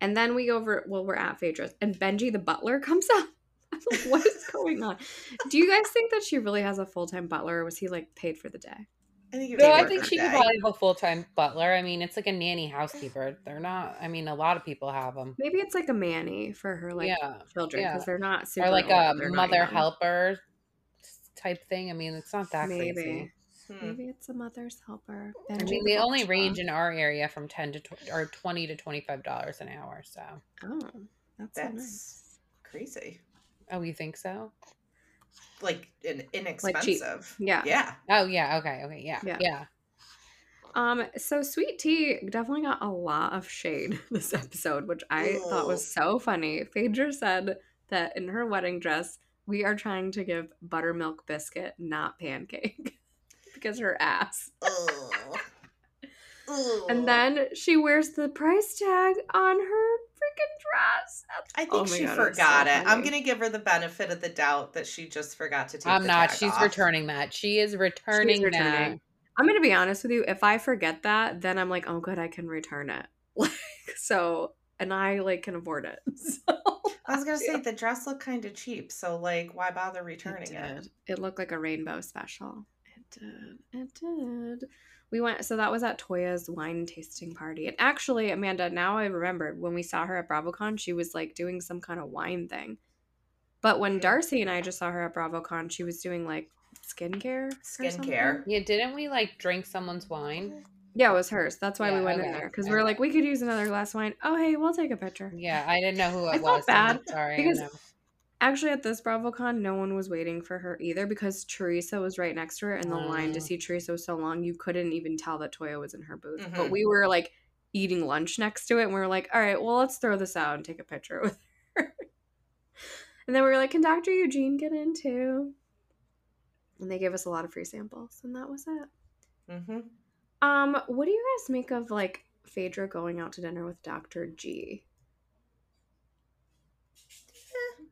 [SPEAKER 1] And then we go over. Well, we're at Phaedrus, and Benji the butler <laughs> comes up. I'm like, what is going on? Do you guys think that she really has a full time butler, or was he like paid for the day?
[SPEAKER 2] I think. it
[SPEAKER 3] no,
[SPEAKER 2] was
[SPEAKER 3] I
[SPEAKER 2] worth
[SPEAKER 3] think
[SPEAKER 2] her
[SPEAKER 3] she could
[SPEAKER 2] day.
[SPEAKER 3] probably have a full time butler. I mean, it's like a nanny housekeeper. They're not. I mean, a lot of people have them.
[SPEAKER 1] Maybe it's like a manny for her like
[SPEAKER 3] yeah,
[SPEAKER 1] children because
[SPEAKER 3] yeah.
[SPEAKER 1] they're not super
[SPEAKER 3] or like
[SPEAKER 1] old,
[SPEAKER 3] a
[SPEAKER 1] they're not
[SPEAKER 3] mother
[SPEAKER 1] young.
[SPEAKER 3] helper type thing. I mean, it's not that
[SPEAKER 1] Maybe.
[SPEAKER 3] crazy.
[SPEAKER 2] Hmm.
[SPEAKER 1] Maybe it's a mother's helper.
[SPEAKER 3] I
[SPEAKER 1] Benji
[SPEAKER 3] mean,
[SPEAKER 1] the
[SPEAKER 3] they only
[SPEAKER 1] butler.
[SPEAKER 3] range in our area from ten to tw- or twenty to twenty five dollars an hour. So,
[SPEAKER 1] Oh, that's, so
[SPEAKER 2] That's
[SPEAKER 1] nice.
[SPEAKER 2] crazy.
[SPEAKER 3] oh, you think so?
[SPEAKER 2] Like an
[SPEAKER 1] cheap.
[SPEAKER 2] inexpensive.
[SPEAKER 1] Yeah.
[SPEAKER 2] Yeah.
[SPEAKER 3] Oh yeah, okay, okay, yeah,
[SPEAKER 1] Yeah.
[SPEAKER 3] yeah.
[SPEAKER 1] Um, so Sweet Tea definitely got a lot of shade <laughs> this episode, which I thought was so funny. Phaedra said that in her wedding dress, we are trying to give buttermilk biscuit, not pancake. <laughs> because her ass.
[SPEAKER 2] Ugh. Ugh.
[SPEAKER 1] And then she wears the price tag on her freaking dress.
[SPEAKER 2] I think
[SPEAKER 1] Oh my
[SPEAKER 2] she
[SPEAKER 1] God, it's so
[SPEAKER 2] forgot it. I'm
[SPEAKER 1] funny.
[SPEAKER 2] gonna give her the benefit of the doubt that she just forgot to take.
[SPEAKER 3] I'm
[SPEAKER 2] the
[SPEAKER 3] not.
[SPEAKER 2] tag
[SPEAKER 3] She's
[SPEAKER 2] off.
[SPEAKER 3] returning that. She is returning,
[SPEAKER 1] returning. I'm gonna be honest with you. If I forget that, then I'm like, oh good, I can return it. <laughs> Like so, and I like can afford it. <laughs> So
[SPEAKER 2] I was gonna say the dress looked kind of cheap, so like, why bother returning
[SPEAKER 1] it.
[SPEAKER 2] it?
[SPEAKER 1] Did. It looked like a rainbow special. It did. It did. We went. So that was at Toya's wine tasting party. And actually, Amanda, now I remembered when we saw her at BravoCon, she was like doing some kind of wine thing. But when
[SPEAKER 2] Mhm.
[SPEAKER 1] Darcy and I just saw her at BravoCon, she was doing like skincare. or something.
[SPEAKER 2] Skincare.
[SPEAKER 3] that. Yeah, didn't we like drink someone's wine?
[SPEAKER 1] Yeah, oh, it was hers. That's why
[SPEAKER 3] Yeah,
[SPEAKER 1] we went in
[SPEAKER 3] okay,
[SPEAKER 1] there because we were
[SPEAKER 3] okay.
[SPEAKER 1] like, we could use another glass of wine. Oh, hey, we'll take a picture.
[SPEAKER 3] Yeah, I didn't know who it
[SPEAKER 1] I felt
[SPEAKER 3] was. I'm
[SPEAKER 1] bad
[SPEAKER 3] sorry. I
[SPEAKER 1] because-
[SPEAKER 3] know.
[SPEAKER 1] Actually, at this BravoCon, no one was waiting for her either because Teresa was right next to her, and the line to
[SPEAKER 3] Mm.
[SPEAKER 1] see Teresa was so long you couldn't even tell that Toya was in her booth.
[SPEAKER 2] Mhm.
[SPEAKER 1] But we were like eating lunch next to it, and we were like, all right, well, let's throw this out and take a picture with her. <laughs> and then we were like, can Dr. Eugene get in too? And they gave us a lot of free samples, and that was it.
[SPEAKER 2] hmm
[SPEAKER 1] Um, what do you guys make of like Phaedra going out to dinner with Dr. G?
[SPEAKER 2] Eh,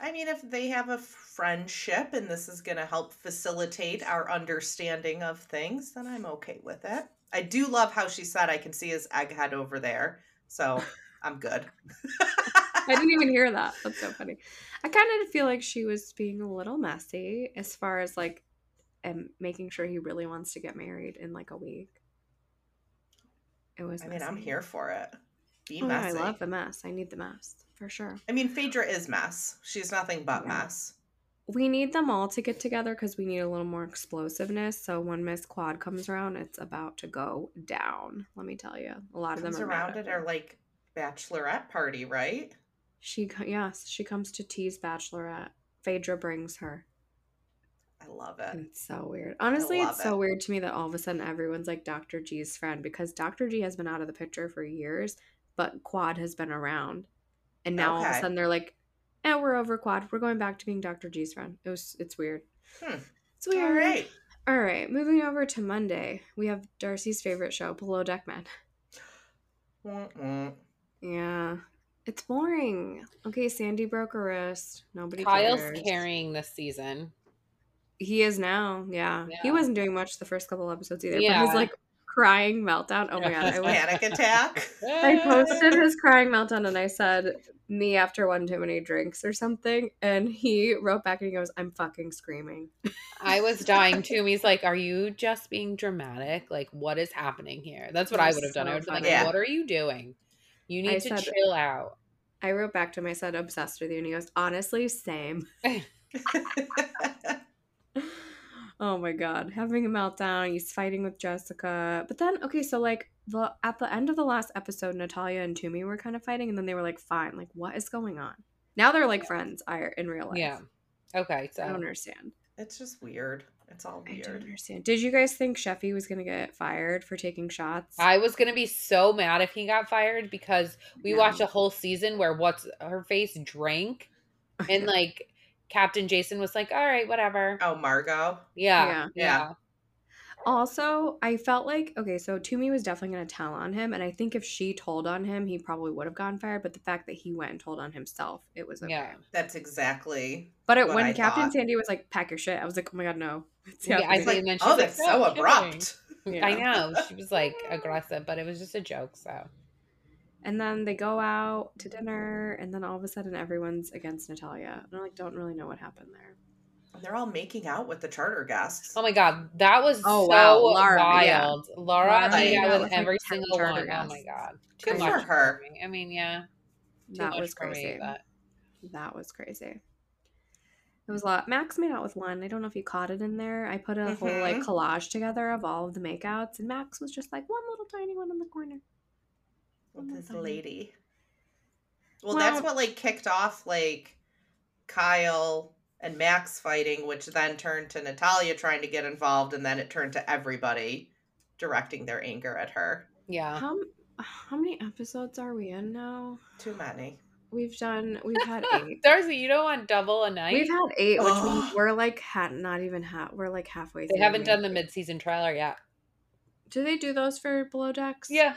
[SPEAKER 2] I mean, if they have a friendship and this is going to help facilitate our understanding of things, then I'm okay with it. I do love how she said, I can see his egghead over there. So I'm
[SPEAKER 1] <laughs>
[SPEAKER 2] good.
[SPEAKER 1] I didn't even hear that. That's so funny. I kind of feel like she was being a little messy as far as like and making sure he really wants to get married in like a week. It was.
[SPEAKER 2] I mean, I'm
[SPEAKER 1] messy.
[SPEAKER 2] here for it. Be
[SPEAKER 1] Oh, yeah,
[SPEAKER 2] messy.
[SPEAKER 1] I love the mess. I need the mess for sure.
[SPEAKER 2] I mean, Phaedra is mess. She's nothing but
[SPEAKER 1] Yeah.
[SPEAKER 2] mess.
[SPEAKER 1] We need them all to get together because we need a little more explosiveness. So when Miss Quad comes around, it's about to go down. Let me tell you, a lot of
[SPEAKER 2] Comes
[SPEAKER 1] them are mad
[SPEAKER 2] around at
[SPEAKER 1] her.
[SPEAKER 2] our like bachelorette party, right?
[SPEAKER 1] She co- yes, she comes to tease Bachelorette. Phaedra brings her.
[SPEAKER 2] I love it.
[SPEAKER 1] It's so weird. Honestly, it's
[SPEAKER 2] love
[SPEAKER 1] so
[SPEAKER 2] it.
[SPEAKER 1] weird to me that all of a sudden everyone's like Dr. G's friend because Dr. G has been out of the picture for years, but Quad has been around. And now all of a
[SPEAKER 2] Okay.
[SPEAKER 1] sudden they're like, eh, we're over Quad. We're going back to being Dr. G's friend. It was it's weird.
[SPEAKER 2] Hmm.
[SPEAKER 1] It's weird.
[SPEAKER 2] All right.
[SPEAKER 1] All right. Moving over to Monday, we have Darcy's favorite show, Below Deck Men.
[SPEAKER 2] Mm-mm.
[SPEAKER 1] Yeah. It's boring. Okay, Sandy broke her wrist. Nobody
[SPEAKER 3] Kyle's
[SPEAKER 1] cares.
[SPEAKER 3] carrying this season.
[SPEAKER 1] He is now, yeah. He
[SPEAKER 3] Yeah.
[SPEAKER 1] wasn't doing much the first couple episodes either. But
[SPEAKER 3] Yeah.
[SPEAKER 1] his like crying meltdown. Oh my god, I
[SPEAKER 3] <laughs>
[SPEAKER 1] was <laughs>
[SPEAKER 2] Panic attack.
[SPEAKER 1] I posted his crying meltdown and I said me after one too many drinks or something, and he wrote back and he goes, "I'm fucking screaming."
[SPEAKER 3] <gasps> I was dying too. He's like, "Are you just being dramatic? Like, what is happening here?" That's what
[SPEAKER 1] It
[SPEAKER 3] I
[SPEAKER 1] was
[SPEAKER 3] would have done. I
[SPEAKER 1] so
[SPEAKER 3] would have been like,
[SPEAKER 1] funny.
[SPEAKER 2] Yeah.
[SPEAKER 3] "What are you doing? You need
[SPEAKER 1] I
[SPEAKER 3] to
[SPEAKER 1] said-
[SPEAKER 3] chill out."
[SPEAKER 1] I wrote back to him. I said, "Obsessed with you," and he goes, "Honestly,
[SPEAKER 3] <laughs>
[SPEAKER 1] same." Oh my god, having a meltdown. He's fighting with Jessica, but then okay, so like the at the end of the last episode, Natalia and Toomey were kind of fighting, and then they were like, "Fine, like what is going on?" Now they're like friends, I in real life.
[SPEAKER 3] Yeah. Okay.
[SPEAKER 1] I don't
[SPEAKER 3] So
[SPEAKER 1] understand.
[SPEAKER 2] it's just weird. It's all
[SPEAKER 1] I don't
[SPEAKER 2] weird.
[SPEAKER 1] understand. Did you guys think Sheffy was gonna get fired for taking shots?
[SPEAKER 3] I was gonna be so mad if he got fired because we
[SPEAKER 1] No.
[SPEAKER 3] watched a whole season where what's her face drank
[SPEAKER 1] <laughs>
[SPEAKER 3] and like Captain Jason was like, "All right, whatever."
[SPEAKER 2] Oh, Margot.
[SPEAKER 3] Yeah.
[SPEAKER 2] Yeah.
[SPEAKER 3] Yeah.
[SPEAKER 1] Also, I felt like okay, so Toomey was definitely gonna tell on him, and I think if she told on him, he probably would have gotten fired. But the fact that he went and told on himself, it was
[SPEAKER 3] Yeah.
[SPEAKER 1] okay.
[SPEAKER 2] That's exactly.
[SPEAKER 1] But it,
[SPEAKER 2] What
[SPEAKER 1] when
[SPEAKER 2] I
[SPEAKER 1] Captain
[SPEAKER 2] thought.
[SPEAKER 1] Sandy was like, "Pack your shit," I was like, "Oh my god, no!" <laughs> It's
[SPEAKER 3] Yeah, I
[SPEAKER 1] happening."
[SPEAKER 3] And think- then she's
[SPEAKER 2] oh,
[SPEAKER 3] like,
[SPEAKER 2] that's
[SPEAKER 3] "No,
[SPEAKER 2] so
[SPEAKER 3] I'm
[SPEAKER 2] abrupt.
[SPEAKER 1] Yeah.
[SPEAKER 3] I know. She was like aggressive, but it was just a joke. So
[SPEAKER 1] And then they go out to dinner, and then all of a sudden, everyone's against Natalia, and I like don't really know what happened there.
[SPEAKER 2] And they're all making out with the charter guests.
[SPEAKER 3] Oh my god, that was
[SPEAKER 1] Oh,
[SPEAKER 3] so
[SPEAKER 1] wow, Laura, yeah.
[SPEAKER 3] wild. Laura
[SPEAKER 1] Laura
[SPEAKER 3] made
[SPEAKER 2] made
[SPEAKER 3] out
[SPEAKER 2] out
[SPEAKER 3] with,
[SPEAKER 1] with, like,
[SPEAKER 3] every
[SPEAKER 1] 10
[SPEAKER 3] single one. Oh my
[SPEAKER 1] Charter-guests.
[SPEAKER 3] god, too
[SPEAKER 1] Good
[SPEAKER 3] much
[SPEAKER 1] for
[SPEAKER 2] her.
[SPEAKER 3] me. I mean, yeah, too
[SPEAKER 1] that
[SPEAKER 3] much
[SPEAKER 1] was
[SPEAKER 3] for
[SPEAKER 1] crazy.
[SPEAKER 3] me. But
[SPEAKER 1] That was crazy. It was a lot. Max made out with one. I don't know if you caught it in there. I put a whole like
[SPEAKER 3] Mm-hmm.
[SPEAKER 2] Mhm.
[SPEAKER 1] collage together of all of the makeouts, and Max was just like one little tiny one in the corner.
[SPEAKER 2] with
[SPEAKER 1] Oh my
[SPEAKER 2] this
[SPEAKER 1] God.
[SPEAKER 2] lady. Well, that's
[SPEAKER 1] Well-
[SPEAKER 2] what like kicked off like Kyle and Max fighting, which then turned to Natalia trying to get involved, and then it turned to everybody directing their anger at her.
[SPEAKER 3] yeah,
[SPEAKER 1] How how many episodes are we in now?
[SPEAKER 2] Too many.
[SPEAKER 1] We've done. We've
[SPEAKER 3] <laughs>
[SPEAKER 1] had eight.
[SPEAKER 3] Darcy, you don't want double a night.
[SPEAKER 1] We've had eight, which
[SPEAKER 2] Ugh.
[SPEAKER 1] means we're like ha- not even ha- we're like halfway.
[SPEAKER 3] Oh. they
[SPEAKER 1] through.
[SPEAKER 3] haven't done the mid-season trailer yet.
[SPEAKER 1] Do they do those for below decks?
[SPEAKER 3] Yeah,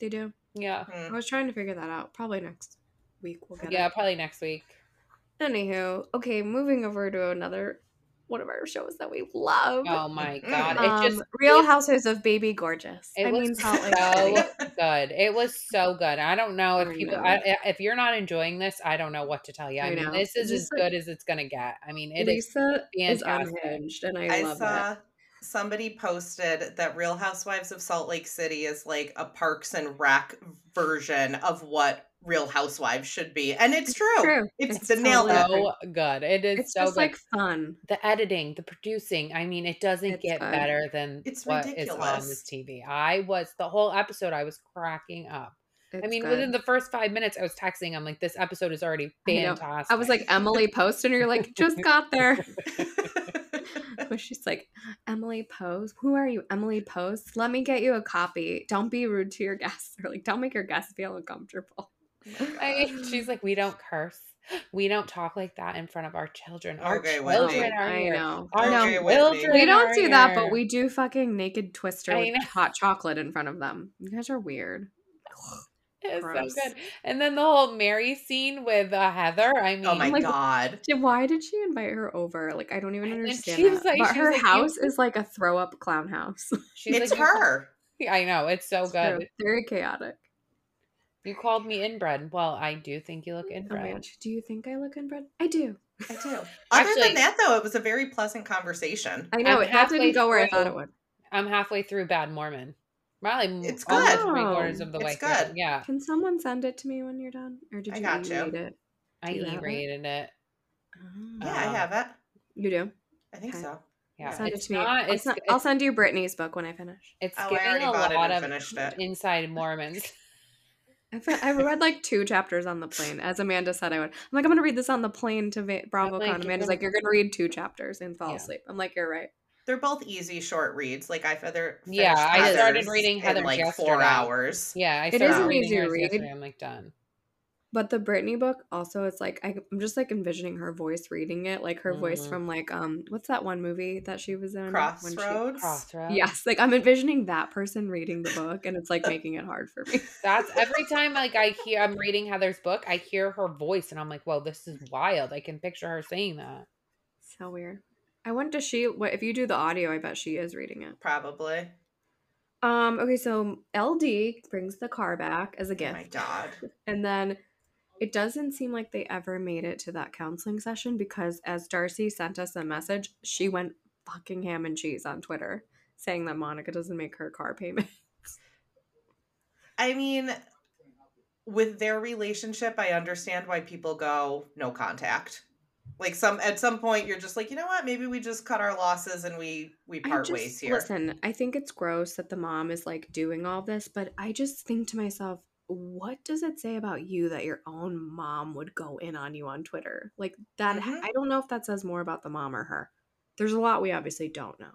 [SPEAKER 1] they do.
[SPEAKER 3] yeah,
[SPEAKER 1] I
[SPEAKER 2] Hmm.
[SPEAKER 1] was trying to figure that out. Probably next week we'll get it.
[SPEAKER 3] yeah. Probably next week.
[SPEAKER 1] Anywho, okay, moving over to another one of our shows that we love.
[SPEAKER 3] Oh my
[SPEAKER 2] Mm.
[SPEAKER 3] god,
[SPEAKER 1] um,
[SPEAKER 3] it just
[SPEAKER 1] Real
[SPEAKER 3] it-
[SPEAKER 1] Houses of Baby Gorgeous.
[SPEAKER 3] It
[SPEAKER 1] I
[SPEAKER 3] was
[SPEAKER 1] mean, Salt Lake
[SPEAKER 3] so
[SPEAKER 1] City.
[SPEAKER 3] good. It was so good. I don't know if
[SPEAKER 1] I
[SPEAKER 3] people,
[SPEAKER 1] know.
[SPEAKER 3] I, I- if you're not enjoying this, I don't know what to tell you. I,
[SPEAKER 1] I
[SPEAKER 3] mean,
[SPEAKER 1] know.
[SPEAKER 3] this is
[SPEAKER 1] Just
[SPEAKER 3] as
[SPEAKER 1] like-
[SPEAKER 3] good as it's gonna get. I mean, it is
[SPEAKER 1] Lisa is
[SPEAKER 3] fantastic.
[SPEAKER 1] unhinged, and I,
[SPEAKER 2] I
[SPEAKER 1] love
[SPEAKER 2] saw
[SPEAKER 1] it.
[SPEAKER 2] somebody posted that Real Housewives of Salt Lake City is like a Parks and Rec version of what Real Housewives should be, and it's true.
[SPEAKER 1] True.
[SPEAKER 2] It's,
[SPEAKER 1] It's
[SPEAKER 2] the nail
[SPEAKER 1] totally-
[SPEAKER 2] it.
[SPEAKER 3] so good. It is
[SPEAKER 1] It's
[SPEAKER 3] so
[SPEAKER 1] just
[SPEAKER 3] good.
[SPEAKER 1] like fun.
[SPEAKER 3] the editing, the producing. I mean, it doesn't
[SPEAKER 1] It's
[SPEAKER 3] get
[SPEAKER 1] good.
[SPEAKER 3] better than
[SPEAKER 2] It's
[SPEAKER 3] what is on
[SPEAKER 2] ridiculous.
[SPEAKER 3] this TV. I was the whole episode. I was cracking up. I
[SPEAKER 1] It's
[SPEAKER 3] mean,
[SPEAKER 1] good.
[SPEAKER 3] within the first five minutes, I was texting. I'm like, this episode is already
[SPEAKER 1] I know. I was
[SPEAKER 3] fantastic.
[SPEAKER 1] I was like Emily Post, and you're like just got
[SPEAKER 3] <laughs>
[SPEAKER 1] there.
[SPEAKER 2] <laughs>
[SPEAKER 1] But she's like Emily Post. Who are you, Emily Post? Let me get you a copy. Don't be rude to your <laughs> guests, or like don't make your guests feel uncomfortable.
[SPEAKER 3] I- <laughs>
[SPEAKER 1] Mm.
[SPEAKER 3] she's like, we don't curse. We don't talk like that in front of our children. Our
[SPEAKER 2] Okay, Whitney.
[SPEAKER 3] children are
[SPEAKER 1] I
[SPEAKER 3] here.
[SPEAKER 1] know.
[SPEAKER 3] Our
[SPEAKER 1] No,
[SPEAKER 2] Okay, Whitney.
[SPEAKER 3] children
[SPEAKER 1] we don't
[SPEAKER 3] are
[SPEAKER 1] do that, but
[SPEAKER 3] here.
[SPEAKER 1] we do fucking naked twister
[SPEAKER 3] I
[SPEAKER 1] with
[SPEAKER 3] know.
[SPEAKER 1] hot chocolate in front of them. You guys are weird.
[SPEAKER 3] It's
[SPEAKER 1] gross.
[SPEAKER 3] so good. And then the whole Mary scene with uh, Heather. I mean,
[SPEAKER 2] oh my
[SPEAKER 1] like-
[SPEAKER 2] god.
[SPEAKER 1] Did- Why did she invite her over? Like I don't even
[SPEAKER 3] And
[SPEAKER 1] understand.
[SPEAKER 3] she was
[SPEAKER 1] that.
[SPEAKER 3] like-
[SPEAKER 1] but
[SPEAKER 3] she was
[SPEAKER 1] her
[SPEAKER 3] like, you-
[SPEAKER 1] house is like a throw up clown house. <laughs>
[SPEAKER 3] she's
[SPEAKER 2] it's
[SPEAKER 3] like, you call-
[SPEAKER 2] her.
[SPEAKER 3] I know. It's so
[SPEAKER 1] It's
[SPEAKER 3] Oh, good.
[SPEAKER 1] true. Very chaotic.
[SPEAKER 3] You called me inbred. Well, I do think you look
[SPEAKER 1] Oh my
[SPEAKER 3] inbred.
[SPEAKER 1] gosh. Do you think I look inbred? I do.
[SPEAKER 2] I do. Other
[SPEAKER 3] Actually-
[SPEAKER 2] than that, though, it was a very pleasant conversation.
[SPEAKER 1] I know
[SPEAKER 3] I'm
[SPEAKER 1] it, that
[SPEAKER 3] halfway
[SPEAKER 1] didn't go where I thought
[SPEAKER 3] through.
[SPEAKER 1] it would.
[SPEAKER 3] I'm halfway through Bad Mormon. Probably m-
[SPEAKER 2] It's
[SPEAKER 3] almost
[SPEAKER 1] good.
[SPEAKER 3] three quarters
[SPEAKER 1] Oh.
[SPEAKER 3] of the
[SPEAKER 2] It's
[SPEAKER 3] way through.
[SPEAKER 2] good.
[SPEAKER 3] Yeah,
[SPEAKER 1] Can someone send it to me when you're done, or did
[SPEAKER 2] I
[SPEAKER 1] you
[SPEAKER 2] got you.
[SPEAKER 1] read it?
[SPEAKER 3] I
[SPEAKER 1] Do you have it?
[SPEAKER 3] e-rated it.
[SPEAKER 1] Oh.
[SPEAKER 2] Yeah, I
[SPEAKER 3] Um,
[SPEAKER 2] have it.
[SPEAKER 1] You do.
[SPEAKER 2] I think
[SPEAKER 1] okay.
[SPEAKER 2] so.
[SPEAKER 3] Yeah,
[SPEAKER 1] Send it
[SPEAKER 3] it's
[SPEAKER 1] to me. I'll
[SPEAKER 3] not. It's
[SPEAKER 1] sen- I'll
[SPEAKER 3] it's,
[SPEAKER 1] send you Brittany's book when I finish.
[SPEAKER 3] <laughs> it's
[SPEAKER 2] Oh, I
[SPEAKER 3] giving
[SPEAKER 2] already
[SPEAKER 3] a
[SPEAKER 2] bought it
[SPEAKER 3] lot
[SPEAKER 2] and
[SPEAKER 3] of
[SPEAKER 2] finished it.
[SPEAKER 3] inside Mormons.
[SPEAKER 1] I've, I've read like two chapters on the plane, as Amanda said I would. I'm like, I'm gonna read this on the plane to Va- BravoCon.
[SPEAKER 3] like, you're
[SPEAKER 1] Amanda's
[SPEAKER 3] gonna-
[SPEAKER 1] like, you're gonna read two chapters and fall
[SPEAKER 3] Yeah.
[SPEAKER 1] asleep. I'm like, you're right.
[SPEAKER 2] They're both easy short reads. Like I feather.
[SPEAKER 3] Yeah,
[SPEAKER 2] finished
[SPEAKER 3] I started
[SPEAKER 2] Heather's
[SPEAKER 3] reading
[SPEAKER 2] in
[SPEAKER 3] Heather's
[SPEAKER 2] like four
[SPEAKER 3] yesterday.
[SPEAKER 2] hours.
[SPEAKER 3] Yeah, I
[SPEAKER 1] It
[SPEAKER 3] started
[SPEAKER 2] is an
[SPEAKER 3] reading
[SPEAKER 1] easy
[SPEAKER 3] yours
[SPEAKER 1] read.
[SPEAKER 3] yesterday. I'm like done.
[SPEAKER 1] But the Brittany book also, it's like I, I'm just like envisioning her voice reading it, like her voice
[SPEAKER 3] Mhm.
[SPEAKER 1] from like um, what's that one movie that she was in? when she-
[SPEAKER 2] Crossroads.
[SPEAKER 3] Crossroads.
[SPEAKER 1] Yes, like I'm envisioning that person reading the book, and it's like making it hard for me.
[SPEAKER 3] That's every time like I hear I'm reading Heather's book, I hear her voice and I'm like, "Whoa, this is wild." I can picture her saying that.
[SPEAKER 1] So weird. I wonder she. What if you do the audio? I bet she is reading it.
[SPEAKER 2] Probably.
[SPEAKER 1] Um. Okay. So LD brings the car back as a
[SPEAKER 2] Oh
[SPEAKER 1] gift.
[SPEAKER 2] my
[SPEAKER 1] <laughs>
[SPEAKER 2] god.
[SPEAKER 1] And then it doesn't seem like they ever made it to that counseling session because as Darcy sent us a message, she went fucking ham and cheese on Twitter saying that Monica doesn't make her car payment.
[SPEAKER 2] I mean, with their relationship, I understand why people go no contact. Like some at some point, you're just like, you know what? Maybe we just cut our losses and we we
[SPEAKER 1] I
[SPEAKER 2] part
[SPEAKER 1] just-
[SPEAKER 2] ways here.
[SPEAKER 1] Listen, I think it's gross that the mom is like doing all this, but I just think to myself, what does it say about you that your own mom would go in on you on Twitter? Like that
[SPEAKER 2] Mhm.
[SPEAKER 1] I don't know if that says more about the mom or her. There's a lot we obviously don't know.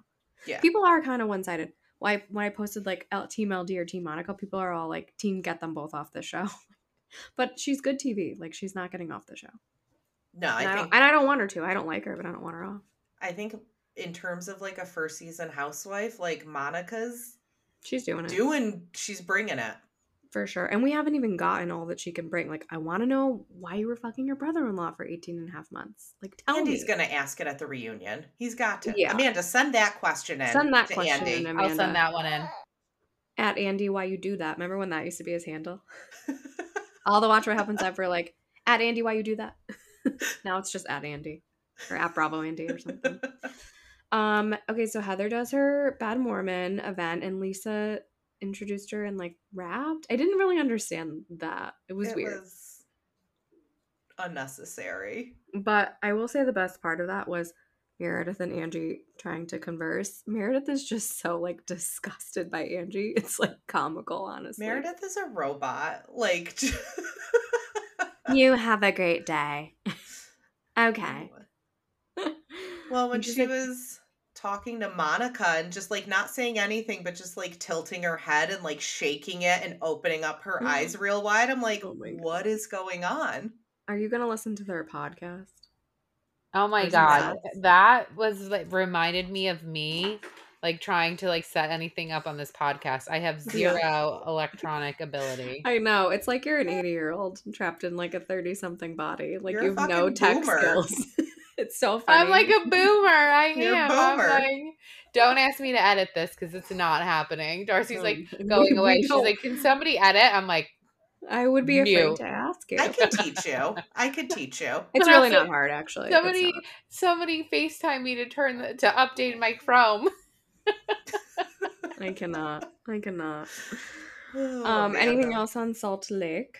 [SPEAKER 2] Yeah.
[SPEAKER 1] people are kind of one sided. Why when I posted like L- Team LD or Team Monica, people are all like, "Team, get them both off the show." <laughs> but she's good TV. Like she's not getting off the show, and
[SPEAKER 2] no,
[SPEAKER 1] I,
[SPEAKER 2] I
[SPEAKER 1] don't,
[SPEAKER 2] think
[SPEAKER 1] and I don't want her to. I don't like her, but I don't want her off.
[SPEAKER 2] I think in terms of like a first season housewife, like Monica's
[SPEAKER 1] She's doing it
[SPEAKER 2] doing, she's bringing it.
[SPEAKER 1] for sure. And we haven't even gotten all that she can bring. Like I want to know why you were fucking your brother in law for 18 and a half months. Like tell
[SPEAKER 2] Andy's
[SPEAKER 1] me.
[SPEAKER 2] gonna ask it at the reunion. He's got to.
[SPEAKER 1] Oh, Yeah.
[SPEAKER 2] Amanda, send that question in.
[SPEAKER 1] Send that
[SPEAKER 2] to
[SPEAKER 1] question
[SPEAKER 2] Andy.
[SPEAKER 1] in,
[SPEAKER 3] I'll
[SPEAKER 1] Amanda.
[SPEAKER 3] send that one in.
[SPEAKER 1] At Andy, why you do that? Remember when that used to be his
[SPEAKER 2] <laughs>
[SPEAKER 1] handle? All the Watch What Happens Ever, like at Andy, why you do that? <laughs> now it's just at Andy or at Bravo Andy or something.
[SPEAKER 2] <laughs>
[SPEAKER 1] Um, okay, so Heather does her Bad Mormon event and Lisa introduced her and like rapped. I didn't really understand that. It was
[SPEAKER 2] It
[SPEAKER 1] weird.
[SPEAKER 2] was unnecessary.
[SPEAKER 1] But I will say the best part of that was Meredith and Angie trying to converse. Meredith is just so like disgusted by Angie. <laughs> It's like comical, honestly.
[SPEAKER 2] Meredith is a robot. Like, <laughs>
[SPEAKER 1] You have a great
[SPEAKER 3] <laughs>
[SPEAKER 1] day. okay.
[SPEAKER 2] well, when
[SPEAKER 1] And she's
[SPEAKER 2] she
[SPEAKER 1] like,
[SPEAKER 2] was talking to Monica and just like not saying anything, but just like tilting her head and like shaking it and opening up her eyes real wide, I'm like,
[SPEAKER 1] Mm-hmm. Oh my God.
[SPEAKER 2] what is going on?
[SPEAKER 1] Are you gonna listen to their podcast?
[SPEAKER 3] Oh my
[SPEAKER 1] Isn't
[SPEAKER 3] god,
[SPEAKER 2] that-
[SPEAKER 3] that was like reminded me of me like trying to like set anything up on this podcast. I have
[SPEAKER 1] Yeah.
[SPEAKER 3] zero electronic ability.
[SPEAKER 1] I know. It's like you're an 80 year old trapped in like a 30 something body. Like
[SPEAKER 2] You're a
[SPEAKER 1] you have no
[SPEAKER 2] fucking
[SPEAKER 1] tech
[SPEAKER 2] boomer.
[SPEAKER 1] skills. <laughs> it's so funny.
[SPEAKER 3] I'm like a boomer. I
[SPEAKER 2] You're a
[SPEAKER 3] am. I'm
[SPEAKER 2] boomer.
[SPEAKER 3] like, don't ask me to edit this because it's not happening. Darcy's like
[SPEAKER 1] Um, <laughs> we-
[SPEAKER 3] going
[SPEAKER 1] we
[SPEAKER 3] away. She's
[SPEAKER 1] don't-
[SPEAKER 3] like, can somebody edit? I'm like,
[SPEAKER 1] I would be afraid
[SPEAKER 3] "No."
[SPEAKER 1] to ask you.
[SPEAKER 2] I could teach you. I could teach
[SPEAKER 1] <laughs>
[SPEAKER 2] you.
[SPEAKER 1] It's
[SPEAKER 3] But
[SPEAKER 1] really
[SPEAKER 3] also,
[SPEAKER 1] not hard, actually. It's
[SPEAKER 3] somebody,
[SPEAKER 1] not.
[SPEAKER 3] somebody Facetime me to turn the, to update my Chrome.
[SPEAKER 1] I cannot. I
[SPEAKER 3] <laughs>
[SPEAKER 1] cannot.
[SPEAKER 2] Oh,
[SPEAKER 1] um,
[SPEAKER 2] man,
[SPEAKER 1] anything
[SPEAKER 2] though.
[SPEAKER 1] else on Salt Lake?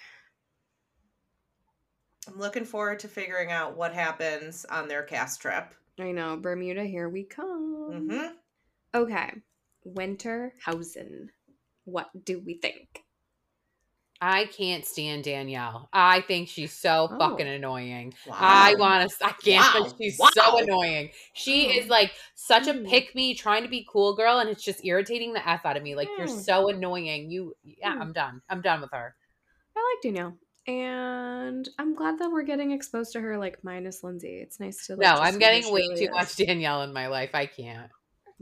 [SPEAKER 2] I'm looking forward to figuring out what happens on their cast trip.
[SPEAKER 1] I know Bermuda. Here we come.
[SPEAKER 3] Mm-hmm.
[SPEAKER 2] hmm
[SPEAKER 1] Okay, Winterhausen. What do we think?
[SPEAKER 3] I can't stand Danielle. I think she's so
[SPEAKER 1] Oh. Ah.
[SPEAKER 3] fucking annoying.
[SPEAKER 2] Wow.
[SPEAKER 3] I want to. I can't.
[SPEAKER 2] Wow.
[SPEAKER 3] She's
[SPEAKER 2] Wow.
[SPEAKER 3] so annoying. She
[SPEAKER 1] Oh.
[SPEAKER 3] is like such a
[SPEAKER 1] Mm.
[SPEAKER 3] pick me, trying to be cool girl, and it's just irritating the f out of me. Like you're
[SPEAKER 1] Mm.
[SPEAKER 3] so annoying. You. Yeah,
[SPEAKER 1] Mm.
[SPEAKER 3] I'm done. I'm done with her.
[SPEAKER 1] I like Danielle, and I'm glad that we're getting exposed to her. Like minus Lindsay, it's nice to. Like,
[SPEAKER 3] No,
[SPEAKER 1] just see
[SPEAKER 3] I'm
[SPEAKER 1] who
[SPEAKER 3] getting
[SPEAKER 1] she
[SPEAKER 3] way
[SPEAKER 1] really is.
[SPEAKER 3] too much Danielle in my life. I can't.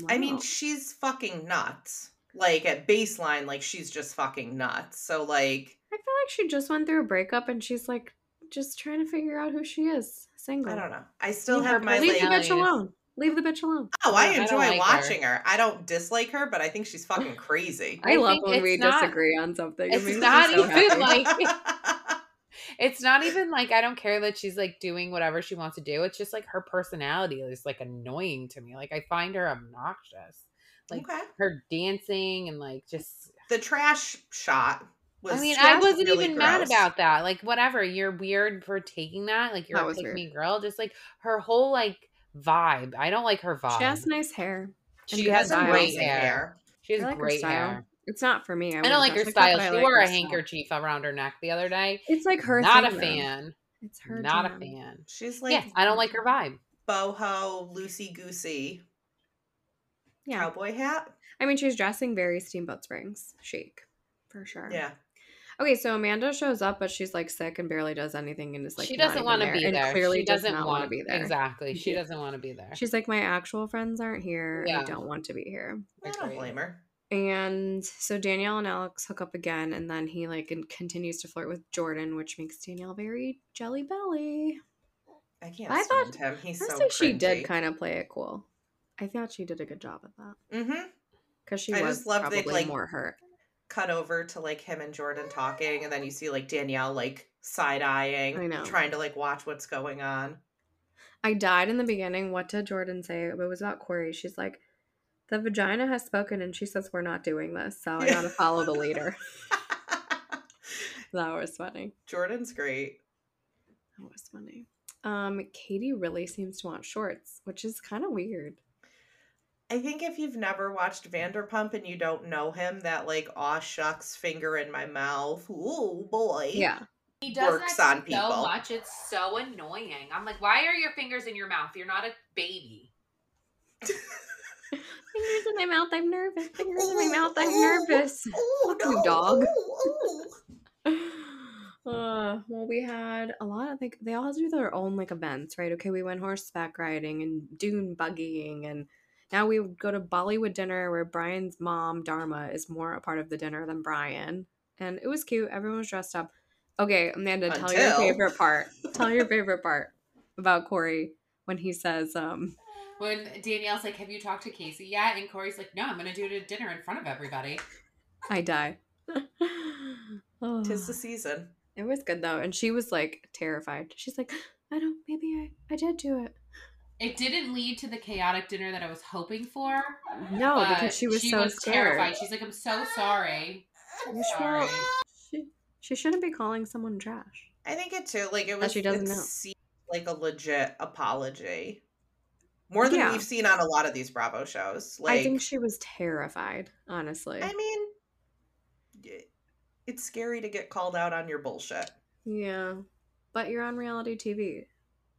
[SPEAKER 2] I mean,
[SPEAKER 1] Wow.
[SPEAKER 2] she's fucking nuts. Like at baseline, like she's just fucking nuts. So like,
[SPEAKER 1] I feel like she just went through a breakup, and she's like just trying to figure out who she is. Single.
[SPEAKER 2] I don't know. I still
[SPEAKER 3] Hmm. You
[SPEAKER 2] have
[SPEAKER 3] have
[SPEAKER 2] my
[SPEAKER 3] to
[SPEAKER 1] Leave the
[SPEAKER 2] like.
[SPEAKER 3] Personality
[SPEAKER 1] bitch
[SPEAKER 3] is-
[SPEAKER 1] alone. Leave the bitch alone.
[SPEAKER 2] Oh, I
[SPEAKER 3] I don't
[SPEAKER 2] enjoy
[SPEAKER 3] like her.
[SPEAKER 2] watching her. I don't dislike her, but I think she's
[SPEAKER 3] <laughs>
[SPEAKER 2] fucking crazy.
[SPEAKER 1] I,
[SPEAKER 3] I
[SPEAKER 1] love
[SPEAKER 3] think
[SPEAKER 1] when we
[SPEAKER 3] it's not-
[SPEAKER 1] disagree on something. It
[SPEAKER 3] it's
[SPEAKER 1] makes me
[SPEAKER 3] not
[SPEAKER 1] so
[SPEAKER 3] even
[SPEAKER 1] happy.
[SPEAKER 3] like-
[SPEAKER 2] <laughs>
[SPEAKER 3] <laughs> It's not even like I don't care that she's like doing whatever she wants to do. It's just like her personality is like annoying to me. Like I find her obnoxious. Like
[SPEAKER 2] okay.
[SPEAKER 3] her dancing and like just
[SPEAKER 2] The trash shot was.
[SPEAKER 3] I mean,
[SPEAKER 1] trash
[SPEAKER 3] I wasn't
[SPEAKER 2] really
[SPEAKER 3] even mad
[SPEAKER 2] gross.
[SPEAKER 3] about that. Like, whatever, you're weird for taking that. Like, you're
[SPEAKER 1] That
[SPEAKER 3] a
[SPEAKER 1] was
[SPEAKER 3] pick
[SPEAKER 1] weird.
[SPEAKER 3] me girl. Just like her whole like vibe. I don't like her vibe.
[SPEAKER 1] She has nice hair.
[SPEAKER 3] she,
[SPEAKER 1] good
[SPEAKER 3] has
[SPEAKER 1] style.
[SPEAKER 3] great
[SPEAKER 2] amazing
[SPEAKER 3] hair. She has
[SPEAKER 1] I like her
[SPEAKER 3] great
[SPEAKER 1] style.
[SPEAKER 3] hair.
[SPEAKER 1] It's not for me. I,
[SPEAKER 3] I,
[SPEAKER 1] wouldn't
[SPEAKER 3] don't like
[SPEAKER 1] touch
[SPEAKER 3] her
[SPEAKER 1] it, but
[SPEAKER 3] style.
[SPEAKER 1] I
[SPEAKER 3] She
[SPEAKER 1] like
[SPEAKER 3] wore
[SPEAKER 1] her
[SPEAKER 3] a
[SPEAKER 1] style.
[SPEAKER 3] handkerchief around her neck the other day.
[SPEAKER 1] It's like her.
[SPEAKER 3] Not a
[SPEAKER 1] thing, though.
[SPEAKER 3] fan.
[SPEAKER 1] It's her.
[SPEAKER 3] Not a
[SPEAKER 1] jam. mm,
[SPEAKER 3] fan.
[SPEAKER 2] She's like
[SPEAKER 3] yeah, I don't like her vibe.
[SPEAKER 2] boho, loosey goosey
[SPEAKER 1] Yeah.
[SPEAKER 2] cowboy hat.
[SPEAKER 1] I mean, she's dressing very Steamboat Springs chic, for sure.
[SPEAKER 2] Yeah.
[SPEAKER 1] Okay, so Amanda shows up, but she's like sick and barely does anything, and is like
[SPEAKER 3] she
[SPEAKER 1] not
[SPEAKER 3] doesn't
[SPEAKER 1] even
[SPEAKER 3] want to be
[SPEAKER 1] and
[SPEAKER 3] there.
[SPEAKER 1] Clearly
[SPEAKER 3] she doesn't
[SPEAKER 1] does not want to be there.
[SPEAKER 3] Exactly. She
[SPEAKER 1] Yeah.
[SPEAKER 3] doesn't want to be there.
[SPEAKER 1] She's like, my actual friends aren't here. I
[SPEAKER 3] Yeah.
[SPEAKER 1] don't want to be here.
[SPEAKER 2] I don't
[SPEAKER 3] Agreed.
[SPEAKER 2] blame her.
[SPEAKER 1] And so Danielle and Alex hook up again, and then he like and continues to flirt with Jordan, which makes Danielle very jelly belly.
[SPEAKER 2] I can't
[SPEAKER 1] I thought-
[SPEAKER 2] stand him. He's
[SPEAKER 1] I
[SPEAKER 2] so
[SPEAKER 1] think she did
[SPEAKER 2] cringy.
[SPEAKER 1] kind of play it cool. I thought she did a good job at that
[SPEAKER 2] Mm-hmm.
[SPEAKER 1] because she
[SPEAKER 2] I
[SPEAKER 1] was
[SPEAKER 2] just love that,
[SPEAKER 1] probably
[SPEAKER 2] like-
[SPEAKER 1] more hurt.
[SPEAKER 2] Cut over to like him and Jordan talking, and then you see like Danielle like side
[SPEAKER 1] I
[SPEAKER 2] eyeing,
[SPEAKER 1] know.
[SPEAKER 2] trying to like watch what's going on. <laughs>
[SPEAKER 1] I died in the beginning. What did Jordan say? It was about Corey. She's like, the vagina has spoken, and she says we're not doing this, so I
[SPEAKER 2] Yeah.
[SPEAKER 1] gotta follow
[SPEAKER 2] <laughs>
[SPEAKER 1] the leader. That was funny.
[SPEAKER 2] Jordan's great.
[SPEAKER 1] That was funny. Um, Katie really seems to want shorts, which is kind of weird.
[SPEAKER 2] I think if you've never watched Vanderpump and you don't know him, that like aw shucks finger in my mouth, ooh boy,
[SPEAKER 1] Yeah,
[SPEAKER 3] He
[SPEAKER 2] works on people.
[SPEAKER 3] so much. It's so annoying. I'm like, why are your fingers in your mouth? You're not a baby.
[SPEAKER 1] fingers in my mouth. I'm nervous. Fingers in
[SPEAKER 2] Ooh,
[SPEAKER 1] my mouth.
[SPEAKER 2] ooh, <laughs>
[SPEAKER 1] I'm nervous.
[SPEAKER 2] Ooh,
[SPEAKER 1] Fuck you, dog. <laughs>
[SPEAKER 2] ooh, ooh.
[SPEAKER 1] Uh, well, we had a lot of like they all do their own like events, right? Okay, we went horseback riding and dune buggying, and now we go to Bollywood dinner where Brian's mom Dharma is more a part of the dinner than Brian, and it was cute. Everyone was dressed up. Okay, Amanda, tell your
[SPEAKER 2] Until-
[SPEAKER 1] favorite part.
[SPEAKER 2] <laughs>
[SPEAKER 1] Tell your favorite part about Corey when he says, um,
[SPEAKER 3] When Danielle's like, "Have you talked to Casey yet?" and Corey's like, "No, I'm gonna do it at dinner in front of everybody."
[SPEAKER 1] "I die."
[SPEAKER 2] <laughs>
[SPEAKER 1] oh.
[SPEAKER 2] Tis the season.
[SPEAKER 1] It was good though, and she was like terrified. She's like, "I don't. Maybe I I did do it."
[SPEAKER 3] It didn't lead to the chaotic dinner that I was hoping for.
[SPEAKER 1] No,
[SPEAKER 3] but
[SPEAKER 1] Oh, because she was so scared.
[SPEAKER 3] terrified. She's like, "I'm so sorry."
[SPEAKER 1] You should-
[SPEAKER 3] Sorry.
[SPEAKER 1] She, she shouldn't be calling someone trash.
[SPEAKER 2] I think it too. Like it was.
[SPEAKER 1] she doesn't
[SPEAKER 2] it
[SPEAKER 1] know.
[SPEAKER 2] seemed like a legit apology, more than
[SPEAKER 1] Yeah.
[SPEAKER 2] we've seen on a lot of these Bravo shows. Like
[SPEAKER 1] I think she was terrified, honestly.
[SPEAKER 2] I mean, y- it's scary to get called out on your bullshit.
[SPEAKER 1] yeah, but you're on reality TV.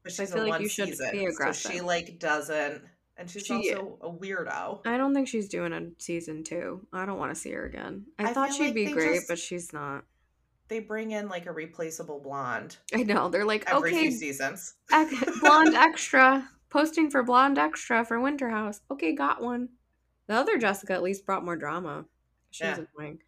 [SPEAKER 2] But
[SPEAKER 1] I
[SPEAKER 2] she's
[SPEAKER 1] feel
[SPEAKER 2] in
[SPEAKER 1] like
[SPEAKER 2] one
[SPEAKER 1] you should
[SPEAKER 2] season,
[SPEAKER 1] be
[SPEAKER 2] so she
[SPEAKER 1] aggressive.
[SPEAKER 2] like doesn't, and she's
[SPEAKER 1] She-
[SPEAKER 2] also a weirdo.
[SPEAKER 1] I don't think she's doing a season two. I don't want to see her again. I,
[SPEAKER 2] I
[SPEAKER 1] thought
[SPEAKER 2] feel
[SPEAKER 1] she'd
[SPEAKER 2] like
[SPEAKER 1] be
[SPEAKER 2] they
[SPEAKER 1] great,
[SPEAKER 2] just-
[SPEAKER 1] but she's not.
[SPEAKER 2] they bring in like a replaceable blonde
[SPEAKER 1] I know. They're like,
[SPEAKER 2] every
[SPEAKER 1] okay,
[SPEAKER 2] few seasons.
[SPEAKER 1] ec- blonde extra posting for blonde extra for Winterhouse. Okay, got one. The other Jessica at least brought more drama. She was
[SPEAKER 2] Yeah.
[SPEAKER 1] annoying.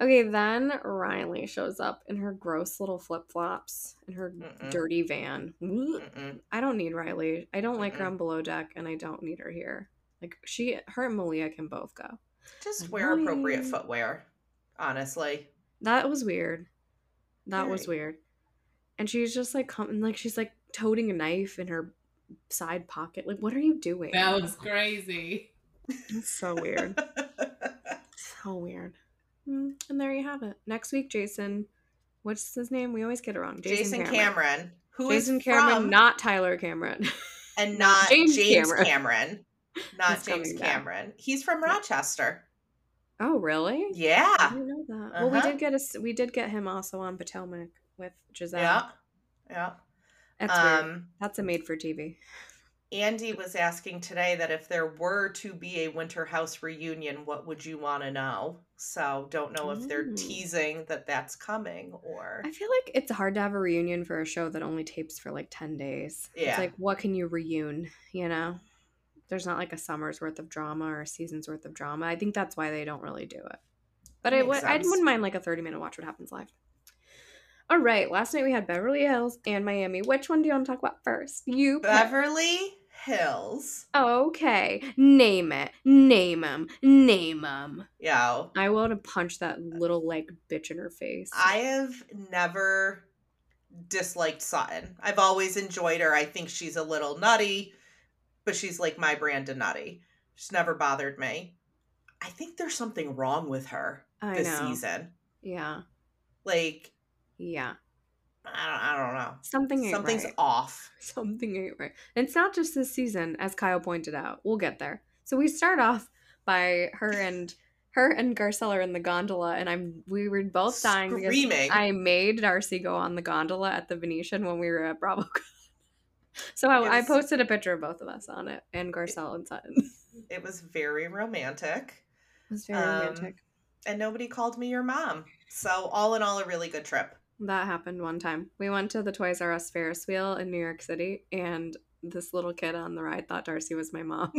[SPEAKER 1] Okay, then Riley shows up in her gross little flip flops and her
[SPEAKER 2] Mm-mm.
[SPEAKER 1] dirty van. Blech.
[SPEAKER 2] Mm-mm.
[SPEAKER 1] I don't need Riley. I don't like her
[SPEAKER 2] Mm-mm.
[SPEAKER 1] on below deck, and I don't need her here. Like she, her and Malia can both go.
[SPEAKER 2] Just wear appropriate
[SPEAKER 1] Annoying.
[SPEAKER 2] footwear, honestly. <laughs>
[SPEAKER 1] That was weird. That was
[SPEAKER 2] Very.
[SPEAKER 1] weird. And she's just like coming, like she's like toting a knife in her side pocket. Like, what are you doing?
[SPEAKER 3] That was crazy.
[SPEAKER 1] It's so weird. <laughs> so weird. Mm, And there you have it. Next week, Jason. What's his name? We always get it wrong.
[SPEAKER 2] Jason Cameron, who is
[SPEAKER 1] Jason Cameron,
[SPEAKER 2] from-
[SPEAKER 1] not Tyler Cameron. <laughs>
[SPEAKER 2] and not
[SPEAKER 1] James
[SPEAKER 2] James,
[SPEAKER 1] Cameron.
[SPEAKER 2] Cameron.
[SPEAKER 1] <laughs>
[SPEAKER 2] Not
[SPEAKER 1] He's
[SPEAKER 2] James
[SPEAKER 1] coming back.
[SPEAKER 2] Cameron. He's from Rochester.
[SPEAKER 1] oh, really? I
[SPEAKER 2] Yeah.
[SPEAKER 1] didn't know that. Well, we
[SPEAKER 2] Uh-huh.
[SPEAKER 1] did get a s- we did get him also on Potomac with Giselle.
[SPEAKER 2] Yeah. Yeah.
[SPEAKER 1] uh, That's weird.
[SPEAKER 2] Um,
[SPEAKER 1] That's a made for TV.
[SPEAKER 2] Andy was asking today that if there were to be a winter house reunion, what would you want to know? So don't know if they're
[SPEAKER 1] Ooh.
[SPEAKER 2] teasing that that's coming or
[SPEAKER 1] I feel like it's hard to have a reunion for a show that only tapes for like 10 days. It's
[SPEAKER 2] Yeah.
[SPEAKER 1] like, what can you reune? You know? There's not like a summer's worth of drama or a season's worth of drama. I think that's why they don't really do it. But I
[SPEAKER 2] Makes
[SPEAKER 1] would, I
[SPEAKER 2] sense.
[SPEAKER 1] wouldn't mind like a 30 minute watch what happens live. All right. Last night we had Beverly Hills and Miami. Which one do you want to talk about first?
[SPEAKER 2] <laughs>
[SPEAKER 1] You. pick.
[SPEAKER 2] Beverly Hills.
[SPEAKER 1] okay. Name it. Name him. Name him.
[SPEAKER 2] Yeah.
[SPEAKER 1] I want to punch that little like bitch in her face.
[SPEAKER 2] I have never disliked Sutton. I've always enjoyed her. I think she's a little nutty, but she's like my brand of nutty. She's never bothered me. I think there's something wrong with her
[SPEAKER 1] I
[SPEAKER 2] this season.
[SPEAKER 1] Yeah.
[SPEAKER 2] Like,
[SPEAKER 1] Yeah.
[SPEAKER 2] I don't, I don't know.
[SPEAKER 1] Something ain't
[SPEAKER 2] Something's
[SPEAKER 1] right.
[SPEAKER 2] off.
[SPEAKER 1] Something ain't right. And it's not just this season, as Kyle pointed out. We'll get there. So we start off by her and her and Garcelle are in the gondola, and I'm we were both dying because
[SPEAKER 2] Screaming.
[SPEAKER 1] I made Darcy go on the gondola at the Venetian when we were at BravoCon. <laughs> So
[SPEAKER 2] It
[SPEAKER 1] I, I
[SPEAKER 2] was-
[SPEAKER 1] posted a picture of both of us on it, and Garcelle and Sutton. <laughs> It
[SPEAKER 2] It was very romantic.
[SPEAKER 1] was very
[SPEAKER 2] Um,
[SPEAKER 1] romantic.
[SPEAKER 2] And nobody called me your mom. So, all in all, a really good trip.
[SPEAKER 1] That happened one time. We went to the Toys R Us Ferris wheel in New York City, and this little kid on the ride thought Darcy was my mom.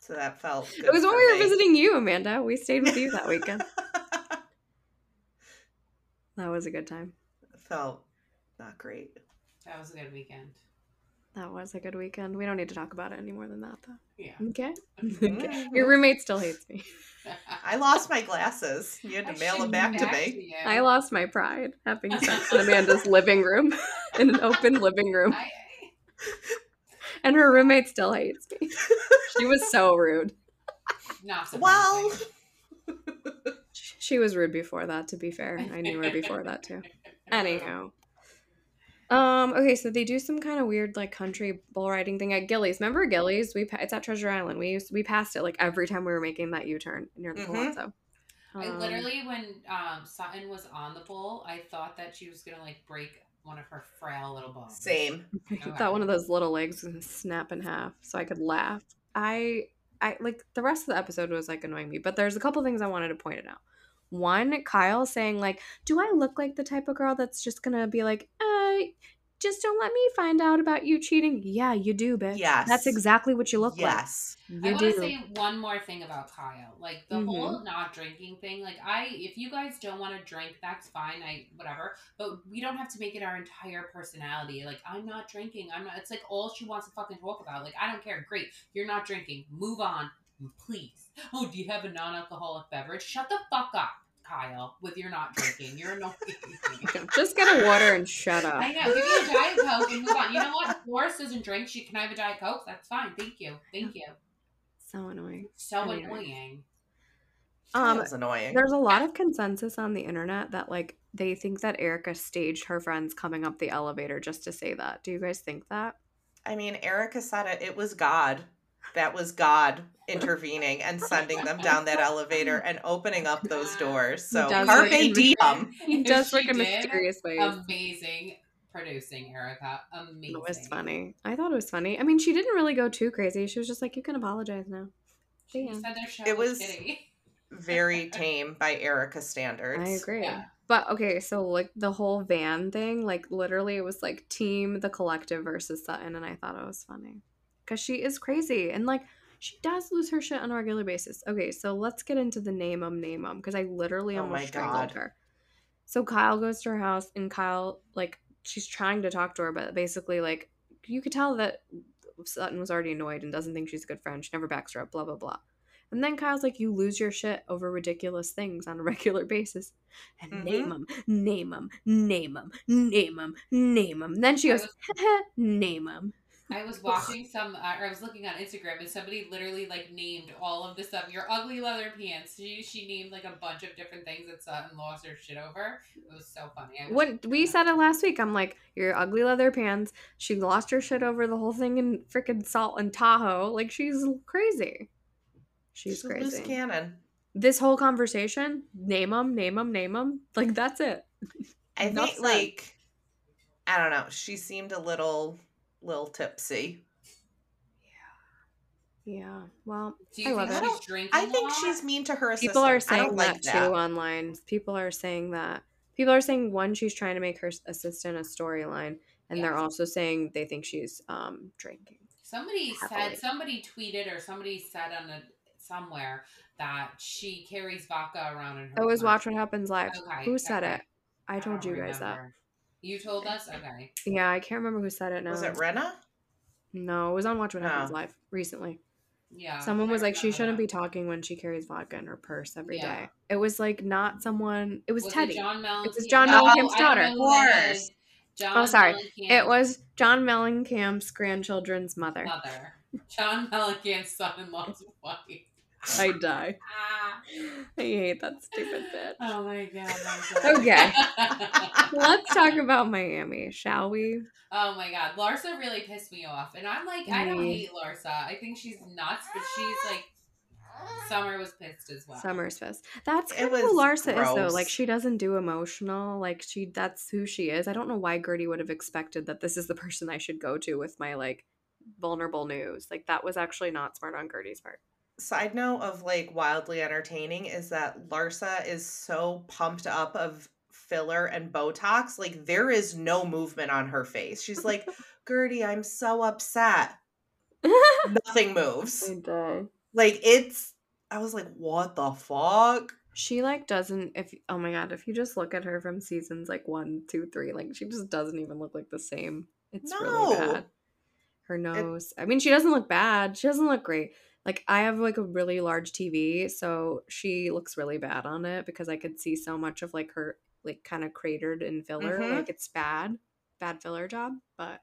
[SPEAKER 2] So, that felt good.
[SPEAKER 1] it was when
[SPEAKER 2] for
[SPEAKER 1] we were
[SPEAKER 2] me.
[SPEAKER 1] visiting you, Amanda. We stayed with you that
[SPEAKER 2] <laughs>
[SPEAKER 1] weekend. That was a good time.
[SPEAKER 2] felt not great.
[SPEAKER 3] That was a good weekend.
[SPEAKER 1] That was a good weekend. We don't need to talk about it any more than that, though.
[SPEAKER 2] <laughs>
[SPEAKER 3] Yeah.
[SPEAKER 1] Okay.
[SPEAKER 2] Mhm.
[SPEAKER 1] Your roommate still hates me.
[SPEAKER 2] I lost my glasses. You had to
[SPEAKER 3] I
[SPEAKER 2] mail
[SPEAKER 3] should
[SPEAKER 2] them back to
[SPEAKER 3] back
[SPEAKER 2] me.
[SPEAKER 3] you.
[SPEAKER 1] I lost my pride having sex in Amanda's living room, <laughs> in an open living room,
[SPEAKER 3] I-
[SPEAKER 1] and her roommate still hates me.
[SPEAKER 2] <laughs>
[SPEAKER 1] She was so rude.
[SPEAKER 3] not surprising.
[SPEAKER 2] Well,
[SPEAKER 1] She was rude before that, to be fair. I knew her before that too. Anyhow. Um, okay, so they do some kind of weird like country bull riding thing at Gillies. Remember Gillies? We pa- it's at Treasure Island. We used we passed it like every time we were making that U turn near the
[SPEAKER 2] Mhm.
[SPEAKER 1] Palazzo.
[SPEAKER 3] Mm-hmm. I
[SPEAKER 1] Um, <laughs>
[SPEAKER 3] literally, when um, Sutton was on the pole, I thought that she was gonna like break one of her frail little bones.
[SPEAKER 2] same.
[SPEAKER 1] I thought one of those little legs was gonna snap in half so I could laugh. I I like the rest of the episode was like annoying me, but there's a couple things I wanted to point out. One, Kyle saying like, "Do I look like the type of girl that's just gonna be like, uh, just don't let me find out about you cheating?" Yeah, you do, bitch.
[SPEAKER 2] Yes.
[SPEAKER 1] that's exactly what you look
[SPEAKER 2] yes.
[SPEAKER 1] like.
[SPEAKER 3] I
[SPEAKER 1] You
[SPEAKER 3] want
[SPEAKER 1] do.
[SPEAKER 3] to
[SPEAKER 1] <laughs>
[SPEAKER 3] say one more thing about Kyle, like the
[SPEAKER 1] Mhm.
[SPEAKER 3] whole not drinking thing. Like I, if you guys don't want to drink, that's fine. I whatever, but we don't have to make it our entire personality. Like I'm not drinking. I'm not. It's like all she wants to fucking talk about. Like I don't care. Great, you're not drinking. Move on, please. Oh, do you have a non-alcoholic beverage? Shut the fuck up, Kyle. With your not drinking, you're annoying. <laughs>
[SPEAKER 1] just get a water and shut up.
[SPEAKER 3] I know. Give
[SPEAKER 1] <laughs>
[SPEAKER 3] me a diet coke and move on. You know what? Doris doesn't drink. She can I have a diet coke. That's fine. Thank you. Thank you.
[SPEAKER 1] So annoying.
[SPEAKER 3] So
[SPEAKER 1] Anyway.
[SPEAKER 3] annoying.
[SPEAKER 2] That
[SPEAKER 1] Um,
[SPEAKER 2] was annoying.
[SPEAKER 1] There's a lot of consensus on the internet that like they think that Erica staged her friends coming up the elevator just to say that. Do you guys think that?
[SPEAKER 2] I mean, Erica said it. It was God. That was God intervening and sending them down that elevator and opening up those doors. So
[SPEAKER 1] does
[SPEAKER 2] carpe
[SPEAKER 1] look-
[SPEAKER 3] <laughs>
[SPEAKER 2] diem.
[SPEAKER 1] Um, He
[SPEAKER 3] <laughs> If
[SPEAKER 1] does
[SPEAKER 3] she
[SPEAKER 1] work in
[SPEAKER 3] did,
[SPEAKER 1] mysterious ways.
[SPEAKER 3] Amazing producing, Erica. Amazing.
[SPEAKER 1] it was funny. I thought it was funny. I mean, she didn't really go too crazy. She was just like, "You can apologize now."
[SPEAKER 3] She
[SPEAKER 1] Yeah.
[SPEAKER 3] said their show
[SPEAKER 2] It
[SPEAKER 3] was.
[SPEAKER 2] was-
[SPEAKER 3] shitty.
[SPEAKER 2] Very
[SPEAKER 1] <laughs>
[SPEAKER 2] tame by Erica standards.
[SPEAKER 1] I agree.
[SPEAKER 3] Yeah.
[SPEAKER 1] But okay, so like the whole van thing, like literally it was like team the collective versus Sutton, and I thought it was funny. Cause she is crazy and like she does lose her shit on a regular basis. Okay, so let's get into the name 'em name 'em because I literally
[SPEAKER 2] Oh
[SPEAKER 1] almost
[SPEAKER 2] my
[SPEAKER 1] strangled
[SPEAKER 2] God.
[SPEAKER 1] her. So Kyle goes to her house and Kyle like she's trying to talk to her, but basically like you could tell that Sutton was already annoyed and doesn't think she's a good friend. She never backs her up, blah blah blah. And then Kyle's like, you lose your shit over ridiculous things on a <laughs> regular basis. And
[SPEAKER 2] Mhm.
[SPEAKER 1] name 'em,
[SPEAKER 2] <laughs>
[SPEAKER 1] name 'em, name 'em, name 'em, name 'em. Then she
[SPEAKER 3] I
[SPEAKER 1] goes, name 'em.
[SPEAKER 3] I
[SPEAKER 1] <laughs>
[SPEAKER 3] was watching some, uh, or I was looking on Instagram, and somebody literally like named all of the stuff. Your ugly leather pants. She she named like a bunch of different things that Sutton lost her shit over. It was so funny. I was-
[SPEAKER 1] When we said it last week, I'm like, your ugly leather pants. She lost her shit over the whole thing in freaking Salt and Tahoe. Like she's crazy. She's
[SPEAKER 2] She's a Loose
[SPEAKER 1] crazy.
[SPEAKER 2] cannon.
[SPEAKER 1] This whole conversation, name them, name them, name them. Like that's it.
[SPEAKER 2] I think
[SPEAKER 1] Enough said.
[SPEAKER 2] like I don't know. She seemed a little little tipsy.
[SPEAKER 1] Yeah. Well,
[SPEAKER 3] do
[SPEAKER 1] I
[SPEAKER 3] you
[SPEAKER 1] love
[SPEAKER 3] think
[SPEAKER 1] it.
[SPEAKER 3] she's drinking?
[SPEAKER 2] I think
[SPEAKER 3] a lot?
[SPEAKER 2] she's mean to her assistant.
[SPEAKER 1] people are
[SPEAKER 2] I
[SPEAKER 1] saying
[SPEAKER 2] don't
[SPEAKER 1] that,
[SPEAKER 2] like that.
[SPEAKER 1] too online. People are saying that. People are saying one, she's trying to make her s- assistant a storyline, and they're
[SPEAKER 3] Yes.
[SPEAKER 1] also saying they think she's um drinking.
[SPEAKER 3] Somebody
[SPEAKER 1] Happily.
[SPEAKER 3] said somebody tweeted or somebody said on a somewhere that she carries vodka around in her.
[SPEAKER 1] I always
[SPEAKER 3] purse.
[SPEAKER 1] watch What Happens Live.
[SPEAKER 3] Oh, Okay,
[SPEAKER 1] Who said
[SPEAKER 3] okay.
[SPEAKER 1] it? I told
[SPEAKER 3] don't
[SPEAKER 1] you guys that.
[SPEAKER 3] remember. You told us. Okay.
[SPEAKER 1] Yeah, I can't remember who said it now.
[SPEAKER 2] Was it Renna?
[SPEAKER 1] no, it was on Watch What Happens
[SPEAKER 2] Oh.
[SPEAKER 1] Live recently.
[SPEAKER 3] Yeah.
[SPEAKER 1] Someone
[SPEAKER 3] I
[SPEAKER 1] was like, she
[SPEAKER 3] remember
[SPEAKER 1] shouldn't
[SPEAKER 3] that.
[SPEAKER 1] be talking when she carries vodka in her purse every day.
[SPEAKER 3] Yeah.
[SPEAKER 1] It was like not someone. It was, Teddy.
[SPEAKER 3] It John Mellencamp?
[SPEAKER 1] was John
[SPEAKER 3] Oh, I don't
[SPEAKER 1] Mellencamp's daughter.
[SPEAKER 3] know who that is.
[SPEAKER 2] Of
[SPEAKER 3] John
[SPEAKER 1] Oh, sorry.
[SPEAKER 3] Mellencamp's
[SPEAKER 1] It was John Mellencamp's grandchildren's mother.
[SPEAKER 3] mother. John Mellencamp's son-in-law's <laughs> wife.
[SPEAKER 1] I die.
[SPEAKER 3] Ah.
[SPEAKER 1] I hate that stupid bitch.
[SPEAKER 3] Oh my
[SPEAKER 1] <laughs>
[SPEAKER 3] god.
[SPEAKER 1] Okay.
[SPEAKER 3] <laughs> okay.
[SPEAKER 1] Let's talk about Miami, shall we?
[SPEAKER 3] Oh my god, Larsa really pissed me off, and I'm like, I don't
[SPEAKER 1] Mm.
[SPEAKER 3] hate Larsa. I think she's nuts, but she's like, Summer was pissed as well.
[SPEAKER 1] Summer's Fest. That's
[SPEAKER 2] It
[SPEAKER 1] kind of
[SPEAKER 2] was
[SPEAKER 1] who Larsa is, though.
[SPEAKER 2] gross.
[SPEAKER 1] Like she doesn't do emotional. Like she, that's who she is. I don't know why Gertie would have expected that this is the <laughs> person I should go to with my like vulnerable news. Like that was actually not smart on Gertie's part.
[SPEAKER 2] Side note of like wildly entertaining is that Larsa is so pumped up of filler and Botox. Like there is no movement on her face.
[SPEAKER 1] <laughs>
[SPEAKER 2] She's like, Gertie, I'm so upset.
[SPEAKER 1] <laughs>
[SPEAKER 2] Nothing moves. Like it's I was like, what the fuck?
[SPEAKER 1] She like doesn't. If oh my god, if you just look at her from seasons like one, two, three, like she just doesn't even look like the same. It's really
[SPEAKER 2] No.
[SPEAKER 1] bad. Her nose. I mean, she doesn't look bad. She doesn't look great. Like I have like a really large TV, so she looks really bad on it because I could see so much of like her like kind of cratered in filler.
[SPEAKER 2] Mhm.
[SPEAKER 1] Like it's bad, bad filler job. But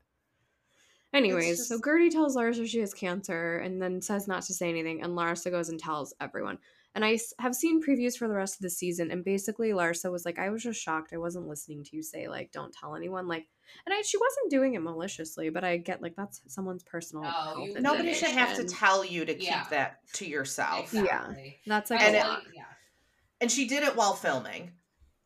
[SPEAKER 1] anyways, so
[SPEAKER 2] just-
[SPEAKER 1] Gertie tells Larsa she has cancer, and then says not to say anything, and Larsa goes and tells everyone. And I s- have seen previews for the rest of the season, and basically Larsa was like, "I was just shocked. I wasn't listening to you say like, don't tell anyone." Like, and I she wasn't doing it maliciously, but I get like that's someone's personal.
[SPEAKER 3] No,
[SPEAKER 1] health
[SPEAKER 3] you-
[SPEAKER 1] and
[SPEAKER 2] Nobody should have to
[SPEAKER 1] condition.
[SPEAKER 2] tell you to keep
[SPEAKER 3] Yeah.
[SPEAKER 2] that to yourself.
[SPEAKER 3] Exactly.
[SPEAKER 1] That's like
[SPEAKER 3] I
[SPEAKER 1] a
[SPEAKER 2] And it-
[SPEAKER 1] lot.
[SPEAKER 3] like- yeah.
[SPEAKER 2] And she did it while filming.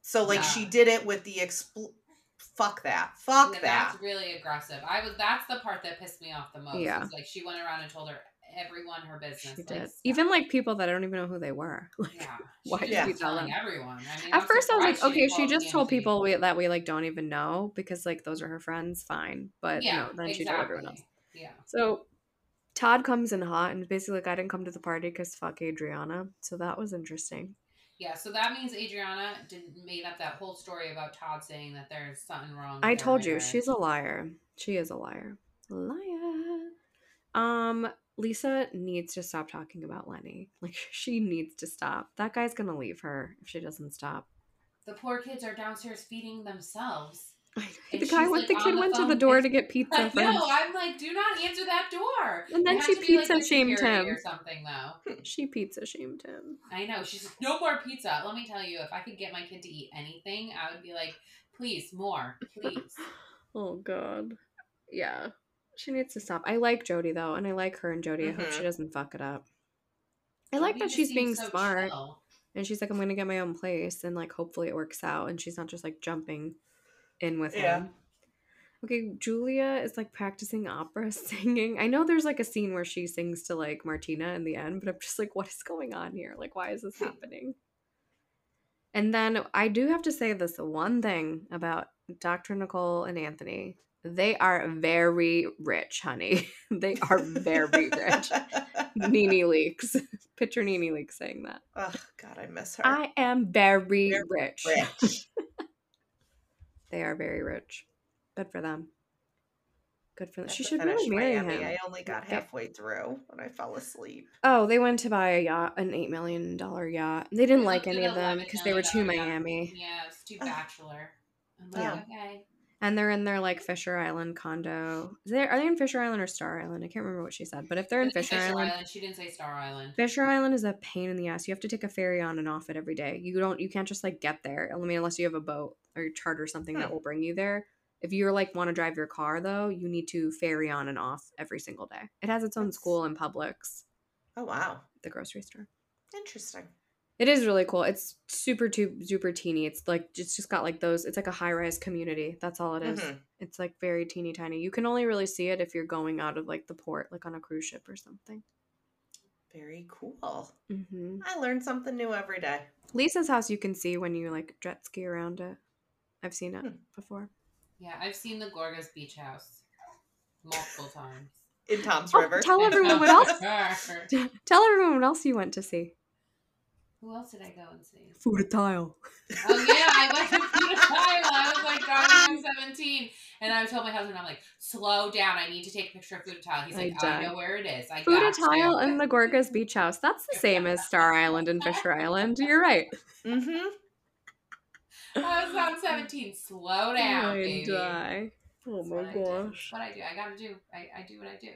[SPEAKER 2] So like
[SPEAKER 3] Yeah.
[SPEAKER 2] she did it with the expl- fuck that. Fuck
[SPEAKER 3] Yeah,
[SPEAKER 2] that.
[SPEAKER 3] That's really aggressive. I was. That's the part that pissed me off the most.
[SPEAKER 1] Yeah.
[SPEAKER 3] It's like she went around and told her everyone her business.
[SPEAKER 1] she
[SPEAKER 3] like,
[SPEAKER 1] did.
[SPEAKER 3] stop.
[SPEAKER 1] Even like people that I don't even know who they were. Like,
[SPEAKER 3] Yeah.
[SPEAKER 1] <laughs> why
[SPEAKER 3] She
[SPEAKER 1] did
[SPEAKER 3] just
[SPEAKER 1] you
[SPEAKER 3] was
[SPEAKER 1] tell
[SPEAKER 3] telling
[SPEAKER 1] them?
[SPEAKER 3] everyone. I mean,
[SPEAKER 1] At
[SPEAKER 3] I'm
[SPEAKER 1] first I was like,
[SPEAKER 3] surprised
[SPEAKER 1] okay,
[SPEAKER 3] didn't
[SPEAKER 1] she
[SPEAKER 3] call
[SPEAKER 1] just told
[SPEAKER 3] TMZ.
[SPEAKER 1] people we, that we like don't even know because like those are her friends, fine. But
[SPEAKER 3] Yeah.
[SPEAKER 1] no, then she told everyone else.
[SPEAKER 3] exactly. Yeah.
[SPEAKER 1] So Todd comes in hot and basically like I didn't come to the party because fuck Adriana. So that was interesting.
[SPEAKER 3] Yeah, so that means Adriana didn't made up that whole story about Todd saying that there's something wrong. with
[SPEAKER 1] I
[SPEAKER 3] their
[SPEAKER 1] told you
[SPEAKER 3] marriage.
[SPEAKER 1] she's a liar. She is a liar. Liar. Um, Lisa needs to stop talking about Lenny. <laughs> Like she needs to stop. That guy's gonna leave her if she doesn't stop.
[SPEAKER 3] the poor kids are downstairs feeding themselves.
[SPEAKER 1] the
[SPEAKER 3] And
[SPEAKER 1] guy
[SPEAKER 3] she's,
[SPEAKER 1] went.
[SPEAKER 3] like,
[SPEAKER 1] the
[SPEAKER 3] on
[SPEAKER 1] kid
[SPEAKER 3] the
[SPEAKER 1] went to the
[SPEAKER 3] phone
[SPEAKER 1] door
[SPEAKER 3] and-
[SPEAKER 1] to get pizza.
[SPEAKER 3] I
[SPEAKER 1] for
[SPEAKER 3] know.
[SPEAKER 1] him.
[SPEAKER 3] I'm like, do not answer that door.
[SPEAKER 1] and then
[SPEAKER 3] It
[SPEAKER 1] she
[SPEAKER 3] has to be, like,
[SPEAKER 1] pizza
[SPEAKER 3] the
[SPEAKER 1] shamed
[SPEAKER 3] security
[SPEAKER 1] him.
[SPEAKER 3] or something though.
[SPEAKER 1] She pizza shamed him.
[SPEAKER 3] I know. She's like, no more pizza. Let me tell you, if I could get my kid to eat anything, I would be like, please, more, please.
[SPEAKER 1] Oh god. Yeah. She needs to stop. I like Jody though, and I like her and Jody. I hope
[SPEAKER 3] Mm-hmm.
[SPEAKER 1] she
[SPEAKER 2] Mhm.
[SPEAKER 1] doesn't fuck it up. I like
[SPEAKER 3] Jody
[SPEAKER 1] that
[SPEAKER 3] just
[SPEAKER 1] she's
[SPEAKER 3] seems
[SPEAKER 1] being
[SPEAKER 3] so
[SPEAKER 1] smart.
[SPEAKER 3] chill.
[SPEAKER 1] And she's like, I'm gonna get my own place and like hopefully it works out and she's not just like jumping in with
[SPEAKER 2] Yeah.
[SPEAKER 1] him. Okay, Julia is like practicing opera <laughs> singing. I know there's like a scene where she sings to like Martina in the end, but I'm just like, what is going on here? Like, why is this happening? And then I do have to say this one thing about Dr. Nicole and Anthony. They are very rich, honey. <laughs> they are very
[SPEAKER 2] <laughs>
[SPEAKER 1] rich. Nene Leaks. Picture Nene Leaks saying that.
[SPEAKER 2] oh god, I miss her.
[SPEAKER 1] I am very,
[SPEAKER 2] Very
[SPEAKER 1] rich. <laughs>
[SPEAKER 2] Rich.
[SPEAKER 1] They are very rich. Good for them. Good for them.
[SPEAKER 2] Have
[SPEAKER 1] She
[SPEAKER 2] to
[SPEAKER 1] should
[SPEAKER 2] finish
[SPEAKER 1] really marry
[SPEAKER 2] Miami.
[SPEAKER 1] him.
[SPEAKER 2] I only got
[SPEAKER 1] Yeah.
[SPEAKER 2] halfway through when I fell asleep.
[SPEAKER 1] Oh, they went to buy a yacht, an eight million dollar yacht. They didn't
[SPEAKER 3] They
[SPEAKER 1] like <laughs>
[SPEAKER 3] looked
[SPEAKER 1] any
[SPEAKER 3] at
[SPEAKER 1] of them
[SPEAKER 3] $11
[SPEAKER 1] because they were too
[SPEAKER 3] million yacht.
[SPEAKER 1] Miami.
[SPEAKER 3] Yeah, it's too bachelor. I'm like,
[SPEAKER 1] Yeah.
[SPEAKER 3] okay.
[SPEAKER 1] and they're in their like Fisher Island condo. Is they, are they in Fisher Island or Star Island? I can't remember what she said, but if they're in Fisher, Island,
[SPEAKER 3] She didn't say Star Island.
[SPEAKER 1] Fisher Island is a pain in the ass. You have to take a ferry on and off it every day. You don't you can't just like get there. I mean, unless you have a boat or you charter something that
[SPEAKER 2] Hmm.
[SPEAKER 1] will bring you there. If you're like want to drive your car though, you need to ferry on and off every single day. It has its own
[SPEAKER 2] That's-
[SPEAKER 1] school in Publix,
[SPEAKER 2] Oh wow,
[SPEAKER 1] the grocery store.
[SPEAKER 2] interesting.
[SPEAKER 1] It is really cool. It's super tu- super teeny. It's like it's just got like those. It's like a high rise community. That's all it is.
[SPEAKER 2] Mhm.
[SPEAKER 1] It's like very teeny tiny. You can only really see it if you're going out of like the port, like on a cruise ship or something.
[SPEAKER 2] Very cool.
[SPEAKER 1] hmm
[SPEAKER 2] I learn something new every day.
[SPEAKER 1] Lisa's house you can see when you like jet ski around it. I've seen it
[SPEAKER 2] Hmm.
[SPEAKER 1] before.
[SPEAKER 3] Yeah, I've seen the Gorgas Beach House multiple times.
[SPEAKER 2] In Tom's
[SPEAKER 1] Oh,
[SPEAKER 2] River.
[SPEAKER 3] <laughs>
[SPEAKER 1] tell
[SPEAKER 3] And
[SPEAKER 1] everyone what
[SPEAKER 3] Tom
[SPEAKER 1] else-
[SPEAKER 3] Sawyer.
[SPEAKER 1] Tell everyone what else you went to see.
[SPEAKER 3] Who else did I go and see?
[SPEAKER 1] Food tile.
[SPEAKER 3] Oh yeah, I went to Peter Pyle. I was like driving down 17, and I told my husband, I'm like, slow down. I need to take a picture of Futatile. He's
[SPEAKER 1] I
[SPEAKER 3] like, I,
[SPEAKER 1] died.
[SPEAKER 3] know where it is. I
[SPEAKER 1] Food
[SPEAKER 3] got
[SPEAKER 1] tile
[SPEAKER 3] you."
[SPEAKER 1] and the Gorgas
[SPEAKER 3] <laughs>
[SPEAKER 1] Beach House. That's the same as Star Island and Fisher Island. You're right.
[SPEAKER 2] Mm-hmm.
[SPEAKER 3] <laughs> I was on 17. Slow down,
[SPEAKER 1] I
[SPEAKER 3] baby.
[SPEAKER 1] die. Oh
[SPEAKER 3] That's
[SPEAKER 1] my
[SPEAKER 3] what I do.
[SPEAKER 1] gosh.
[SPEAKER 3] What I do, I gotta do. I, I do what I do.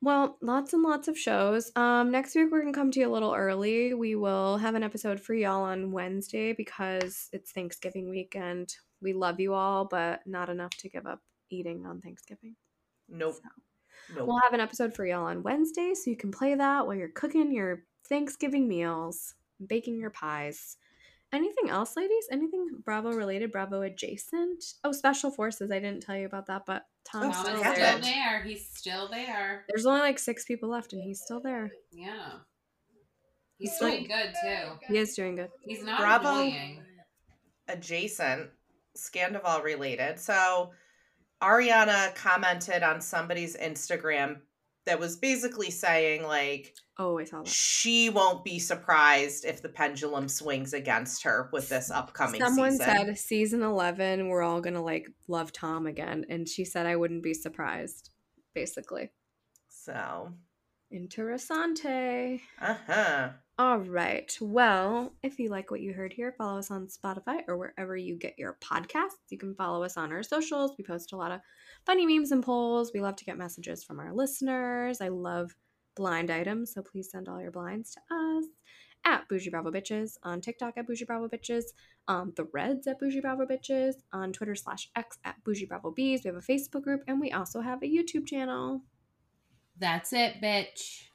[SPEAKER 1] Well, lots and lots of shows. Um, next week we're gonna come to you a little early. We will have an episode for y'all on Wednesday because it's Thanksgiving weekend. We love you all, but not enough to give up eating on Thanksgiving.
[SPEAKER 2] Nope.
[SPEAKER 1] So
[SPEAKER 2] Nope.
[SPEAKER 1] we'll have an episode for y'all on Wednesday, so you can play that while you're cooking your Thanksgiving meals, baking your pies. Anything else, ladies? Anything Bravo related, Bravo adjacent? Oh, Special Forces. I didn't tell you about that, but Tom's
[SPEAKER 2] Oh,
[SPEAKER 3] Mama's
[SPEAKER 1] still
[SPEAKER 3] still
[SPEAKER 1] there.
[SPEAKER 2] happened.
[SPEAKER 3] there. He's still there.
[SPEAKER 1] There's only like six people left, and he's still there.
[SPEAKER 3] Yeah. He's,
[SPEAKER 1] He's
[SPEAKER 3] doing good too.
[SPEAKER 1] He is doing good.
[SPEAKER 3] He's not
[SPEAKER 2] Bravo.
[SPEAKER 3] annoying.
[SPEAKER 2] adjacent, Scandival related. So Ariana commented on somebody's Instagram that was basically saying like
[SPEAKER 1] Oh, I saw that.
[SPEAKER 2] she won't be surprised if the pendulum swings against her with this upcoming
[SPEAKER 1] Someone
[SPEAKER 2] season.
[SPEAKER 1] said season 11, we're all going to like love Tom again. And she said, I wouldn't be surprised, basically.
[SPEAKER 2] so,
[SPEAKER 1] Interessante.
[SPEAKER 2] uh-huh.
[SPEAKER 1] All right. Well, if you like what you heard here, follow us on Spotify or wherever you get your podcasts. You can follow us on our socials. We post a lot of funny memes and polls. We love to get messages from our listeners. I love blind items, so please send all your blinds to us at Bougie Bravo Bitches, on TikTok at Bougie Bravo Bitches, on Threads at Bougie Bravo Bitches, on Twitter slash X at Bougie Bravo Bees. We have a Facebook group and we also have a YouTube channel.
[SPEAKER 3] That's it, bitch.